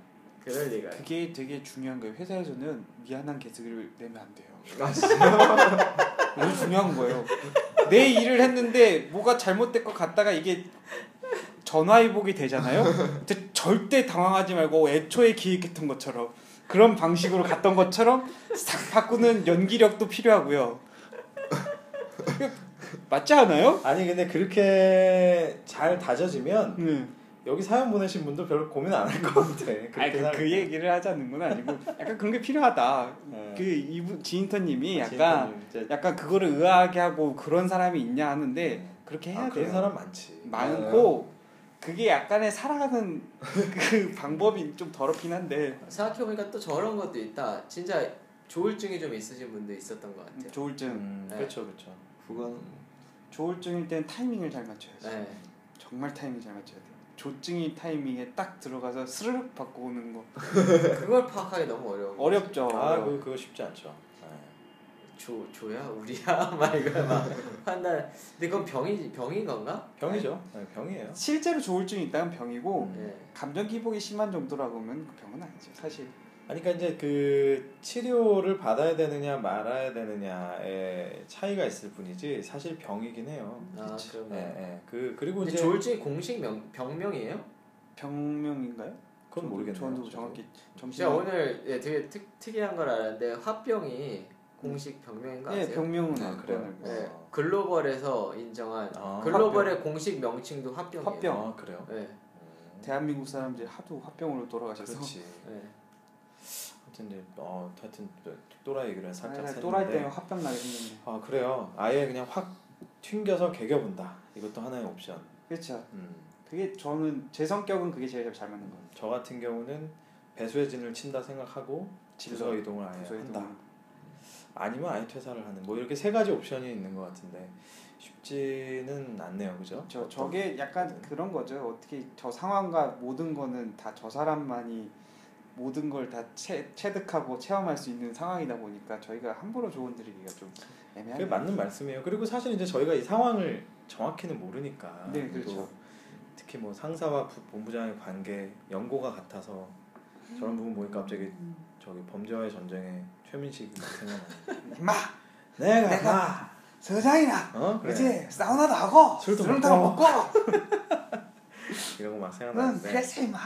그럴 리가요. 그게 되게 중요한 거예요. 회사에서는 미안한 개그를 내면 안 돼요. 아, 진짜? 너무 중요한 거예요. 내 일을 했는데 뭐가 잘못될 것 같다가 이게 전화위복이 되잖아요. 근데 절대 당황하지 말고 애초에 기획했던 것처럼 그런 방식으로 갔던 것처럼 싹 바꾸는 연기력도 필요하고요. 맞지 않아요? 아니 근데 그렇게 잘 다져지면 네. 여기 사연 보내신 분도 별로 고민 안 할 것 같아. 아니, 그, 그 얘기를 하자는 건 아니고 약간 그런 게 필요하다. 네. 아, 그 이분 아, 지인터님이 약간 약간 그거를 의아하게 하고 그런 사람이 있냐 하는데 그렇게 해야 아, 네. 돼요. 그런 사람 많지. 많고 그게 약간의 살아가는 그 방법이 좀 더럽긴 한데 생각해보니까 또 저런 것도 있다. 진짜 조울증이 좀 있으신 분도 있었던 것 같아요. 조울증 음, 네. 그렇죠, 그렇죠. 그건 조울증일 땐 타이밍을 잘 맞춰야지 네. 정말 타이밍 잘 맞춰야 돼 조증이 타이밍에 딱 들어가서 스르륵 받고 오는 거 그걸 파악하기 너무 어려워. 어렵죠 아, 어려워. 그 그거 쉽지 않죠. 네. 조 조야 우리야 막 이거 막 판단. 근데 그건 병이 병인 건가? 병이죠. 네, 병이에요. 실제로 조울증이 있다면 병이고 예. 감정 기복이 심한 정도라고 하면 그 병은 아니죠 사실 아니 그러니까 이제 그 치료를 받아야 되느냐 말아야 되느냐의 차이가 있을 뿐이지 사실 병이긴 해요. 아 예, 그러면. 예. 그뭐 그리고 근데 이제 졸지 공식 명, 병명이에요? 병명인가요? 그건 저도- 모르겠네요, 저도 저도. 정확히 제가 점심. 오늘 예, 되게 특, 특이한 걸 알았는데 화병이 공식 병명인가 네, 아세요? 병명은 네, 안 그래요. 알고 있어요. 네, 어. 글로벌에서 인정한 아, 글로벌의 공식 명칭도 화병이에요. 화병. 아 그래요. 네, 음, 대한민국 사람들이 하도 화병으로 돌아가셔서 그렇지. 네. 하여튼 이제 어 하여튼 또 또라 얘기를 살짝 네. 아니, 했는데 네, 또라이 때문에 화병 나게 생겼네. 아 그래요. 아예 그냥 확 튕겨서 개겨본다. 이것도 하나의 옵션. 그렇죠. 음. 그게 저는 제 성격은 그게 제일 잘 맞는 것 같아요. 저 같은 경우는 배수의 진을 친다 생각하고 부서 이동을 아예 부서 이동. 한다. 아니면 아예 퇴사를 하는 뭐 이렇게 세 가지 옵션이 있는 것 같은데 쉽지는 않네요, 그죠? 그렇죠. 저 저게 네. 약간 그런 거죠. 어떻게 저 상황과 모든 거는 다 저 사람만이 모든 걸 다 체득하고 체험할 수 있는 상황이다 보니까 저희가 함부로 조언 드리기가 좀 그게 애매하네요. 맞는 말씀이에요. 그리고 사실 이제 저희가 이 상황을 정확히는 모르니까 네, 그렇죠. 또 특히 뭐 상사와 부- 본부장의 관계 연고가 같아서 음. 저런 부분 보니까 갑자기 음. 저기 범죄와의 전쟁에 최민식이 막 생각나요. 임마 내가, 내가 네. 나. 서장이나 어 그래 그지 사우나도 하고 술도 술도 다 먹고. 네. 먹고 이러고 막 응 생각나는데 음, 그랬어 임마.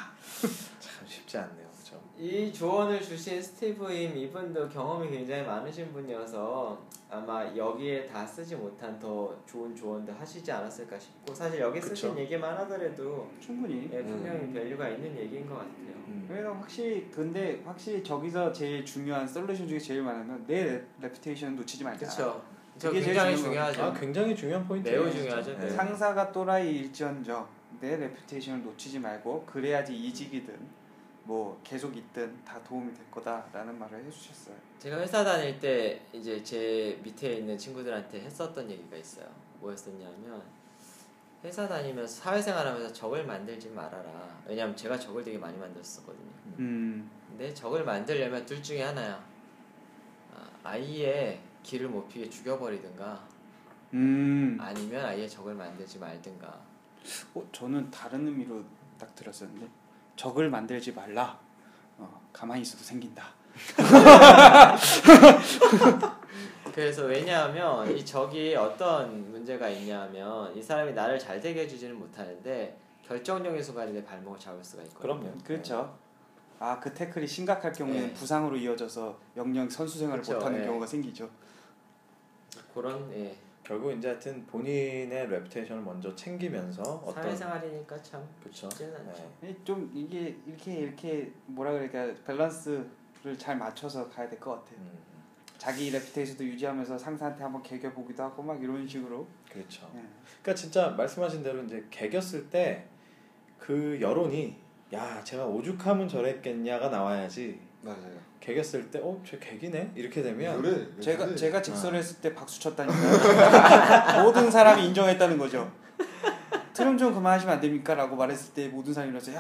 참 쉽지 않네요, 그죠? 이 조언을 주신 스티브임 이분도 경험이 굉장히 많으신 분이어서 아마 여기에 다 쓰지 못한 더 좋은 조언도 하시지 않았을까 싶고 사실 여기 쓰신 그쵸. 얘기만 하더라도 충분히. 예, 분명히 음. 밸류가 있는 얘기인 것 같아요. 음. 그래서 확실히 근데 확실히 저기서 제일 중요한 솔루션 중에 제일 많으면 내 레- 레퓨테이션 놓치지 말자. 그렇죠. 저 그게 제일 굉장히 중요한 중요하죠. 아, 굉장히 중요한 포인트예요. 매우 중요하죠. 네. 상- 상사가 또라이 일지언정 내 레퓨테이션을 놓치지 말고 그래야지 이직이든 뭐 계속 있든 다 도움이 될 거다라는 말을 해주셨어요. 제가 회사 다닐 때 이제 제 밑에 있는 친구들한테 했었던 얘기가 있어요. 뭐였었냐면 회사 다니면서 사회생활하면서 적을 만들지 말아라. 왜냐면 제가 적을 되게 많이 만들었었거든요. 음, 근데 적을 만들려면 둘 중에 하나야. 아, 아이의 길을 못 피게 죽여버리든가 음. 아니면 아예 적을 만들지 말든가. 어, 저는 다른 의미로 딱 들었었는데 적을 만들지 말라. 어, 가만히 있어도 생긴다. 그래서 왜냐하면 이 적이 어떤 문제가 있냐면 이 사람이 나를 잘 되게 해주지는 못하는데 결정적인 순간에 내 발목을 잡을 수가 있거든요. 그럼요. 그렇죠. 아 그 태클이 심각할 경우에는 네. 부상으로 이어져서 영영 선수 생활을 그렇죠, 못하는 예. 경우가 생기죠. 그런 예. 결국 이제 하여튼 본인의 레퓨테이션을 먼저 챙기면서 어떤 사회생활이니까 참 그렇죠. 쉽지는 않죠. 네. 이좀 이게 이렇게 이렇게 뭐라 그럴까 밸런스를 잘 맞춰서 가야 될 것 같아요. 음, 자기 레피테이션도 유지하면서 상사한테 한번 개겨보기도 하고 막 이런 식으로. 그렇죠. 예. 그러니까 진짜 말씀하신 대로 이제 개겼을 때 그 여론이 야 제가 오죽하면 저랬겠냐가 나와야지 맞아요. 개겼을 때어쟤 개기네 이렇게 되면 그래. 왜 제가 그래? 아. 제가 직설했을 때 박수 쳤다니까 모든 사람이 인정했다는 거죠. 트럼 좀 그만하시면 안 됩니까라고 말했을 때 모든 사람이 그래서 야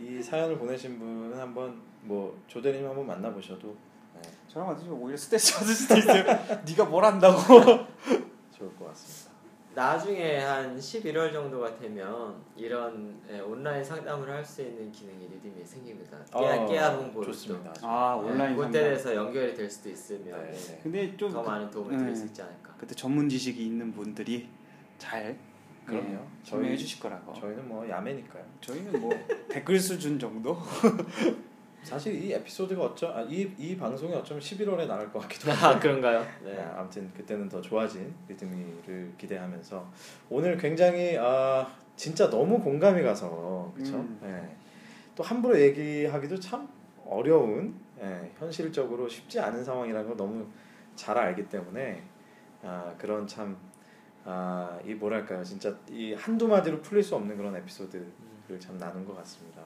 이 사연을 보내신 분은 한번 뭐 조대리님 한번 만나보셔도 네, 저랑 같으면 오히려 스트레스 받을 수도 있어요. 네가 뭘 안다고. 좋을 것 같습니다. 나중에 한 11월 정도가 되면 이런 예, 온라인 상담을 할 수 있는 기능이 리듬이 생깁니다. 깨알 어, 깨알 홍보로 좋습니다. 아 온라인 네, 그때 상담. 돼서 연결이 될 수도 있으면 네, 네. 근데 좀 더 많은 도움을 네. 드릴 수 있지 않을까. 그때 전문 지식이 있는 분들이 잘 그럼요. 예, 저희- 설명해 주실 거라고. 저희는 뭐 야매니까요. 저희는 뭐 댓글 수준 정도? 사실 이 에피소드가 어쩜 아, 이, 이 방송이 어쩌면 11월에 나갈 것 같기도 하고 아 그런가요? 네, 네. 아무튼 그때는 더 좋아진 리듬이를 기대하면서 오늘 굉장히 아 진짜 너무 공감이 가서 그렇죠. 음. 네. 또 함부로 얘기하기도 참 어려운 예, 현실적으로 쉽지 않은 상황이라는 걸 너무 잘 알기 때문에 아 그런 참 아, 이 뭐랄까요 진짜 이 한두 마디로 풀릴 수 없는 그런 에피소드를 참 나눈 것 같습니다.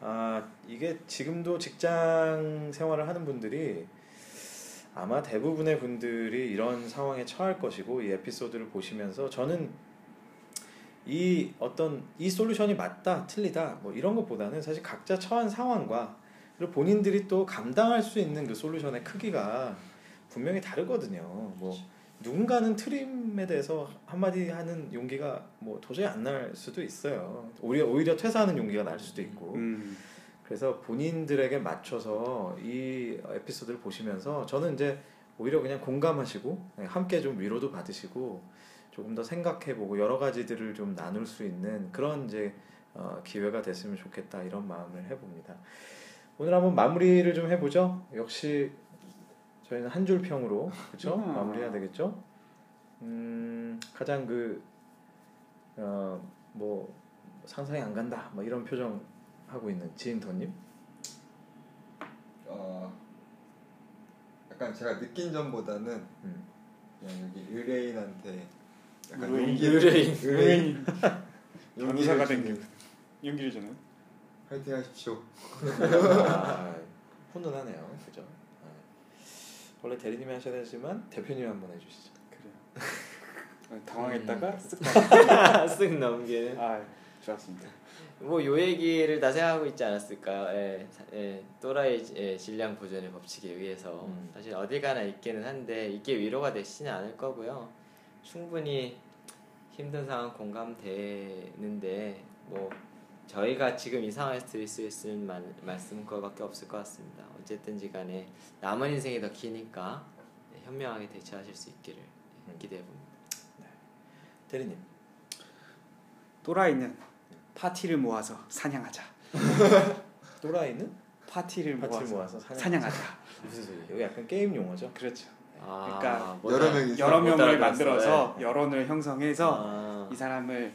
아 이게 지금도 직장 생활을 하는 분들이 아마 대부분의 분들이 이런 상황에 처할 것이고 이 에피소드를 보시면서 저는 이 어떤 이 솔루션이 맞다 틀리다 뭐 이런 것보다는 사실 각자 처한 상황과 그리고 본인들이 또 감당할 수 있는 그 솔루션의 크기가 분명히 다르거든요. 뭐 누군가는 트림에 대해서 한마디 하는 용기가 뭐 도저히 안 날 수도 있어요. 오히려 오히려 퇴사하는 용기가 날 수도 있고 음. 그래서 본인들에게 맞춰서 이 에피소드를 보시면서 저는 이제 오히려 그냥 공감하시고 네, 함께 좀 위로도 받으시고 조금 더 생각해보고 여러 가지들을 좀 나눌 수 있는 그런 이제 어, 기회가 됐으면 좋겠다 이런 마음을 해봅니다. 오늘 한번 마무리를 좀 해보죠. 역시 저희는 한 줄 평으로 그렇죠 음. 마무리해야 되겠죠. 음, 가장 그 어, 뭐 상상이 안 간다 뭐 이런 표정 하고 있는 지인터님 어, 약간 제가 느낀 점보다는 음. 그냥 여기 의뢰인한테 약간 의뢰인. 용기를 의뢰인. 의뢰인 변호사가 주는 생기고. 연기를 주는 화이팅 하십시오. 아, 훈훈하네요 그죠 아. 원래 대리님이 하셔야 되지만 대표님이 한번 해주시죠 그래요. 아, 당황했다가 쓱. 쓱 넘기는. 아 좋았습니다. 뭐 요 얘기를 다 생각하고 있지 않았을까요? 예, 사- 예, 또라이 예, 질량 보존의 법칙에 의해서 음. 사실 어딜 가나 있기는 한데 이게 위로가 되시는 않을 거고요. 충분히 힘든 상황 공감되는데 뭐 저희가 지금 이 상황에서 드릴 수 있는 말, 말씀 그거밖에 없을 것 같습니다. 어쨌든지 간에 남은 인생이 더 기니까 예, 현명하게 대처하실 수 있기를 음. 기대해 봅니다. 대리님 또라이는 파티를 모아서 사냥하자. 또라이는 파티를 파티를 모아서, 모아서 사냥- 사냥하자. 무슨 소리 이거 약간 게임 용어죠 그렇죠. 아, 그러니까 뭐다. 여러 명이 여러 못 명을 알아들었어요. 네. 만들어서 여론을 형성해서 아. 이 사람을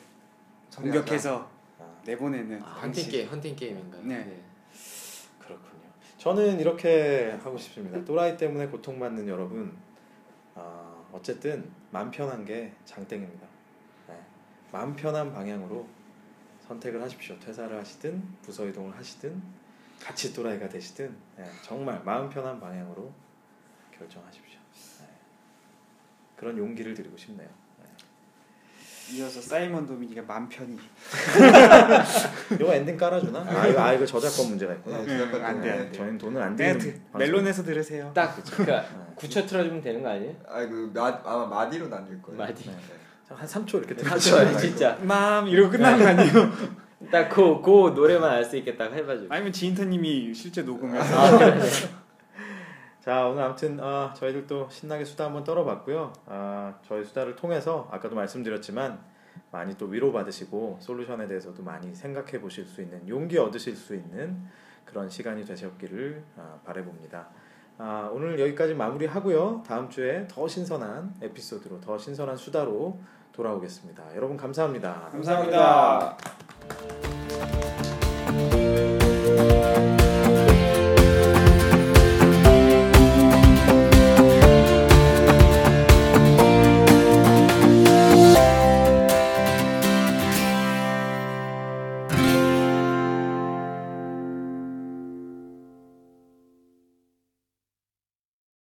처리하자. 공격해서 아, 네, 내보내는 아, 헌팅 방식. 게임, 헌팅 게임인가요? 네. 그렇군요 저는 이렇게 하고 싶습니다 또라이 때문에 고통받는 여러분 아, 어쨌든 맘 편한 게 장땡입니다 네. 맘 편한 방향으로 선택을 하십시오 퇴사를 하시든 부서 이동을 하시든 같이 또라이가 되시든 네. 정말 마음 편한 방향으로 결정하십시오 네. 그런 용기를 드리고 싶네요 이어서 사이먼 도미니가 맘 편히 이거 엔딩 깔아주나? 아 이거, 아, 이거 저작권 문제가 있구나 네, 응, 저작권 안 돼, 안 때문에. 돼. 저희는 돈을 안 네, 드리는 드- 방송. 멜론에서 들으세요. 딱 그- 그러니까 네. 9초 틀어주면 되는 거 아니에요? 아그 마, 아마 마디로 나뉠 거예요. 마디. 네. 한 3초 이렇게 다 들어주시면 좋아요 진짜 맘 이러고 끝나는 거 아니에요? 딱그 그 노래만 알 수 있겠다고 해봐주고 아니면 지인터님이 실제 녹음해서 자 오늘 아무튼 아, 저희들 또 신나게 수다 한번 떨어봤고요. 아, 저희 수다를 통해서 아까도 말씀드렸지만 많이 또 위로받으시고 솔루션에 대해서도 많이 생각해 보실 수 있는 용기 얻으실 수 있는 그런 시간이 되셨기를 아, 바라봅니다. 아, 오늘 여기까지 마무리하고요. 다음 주에 더 신선한 에피소드로 더 신선한 수다로 돌아오겠습니다. 여러분 감사합니다. 감사합니다.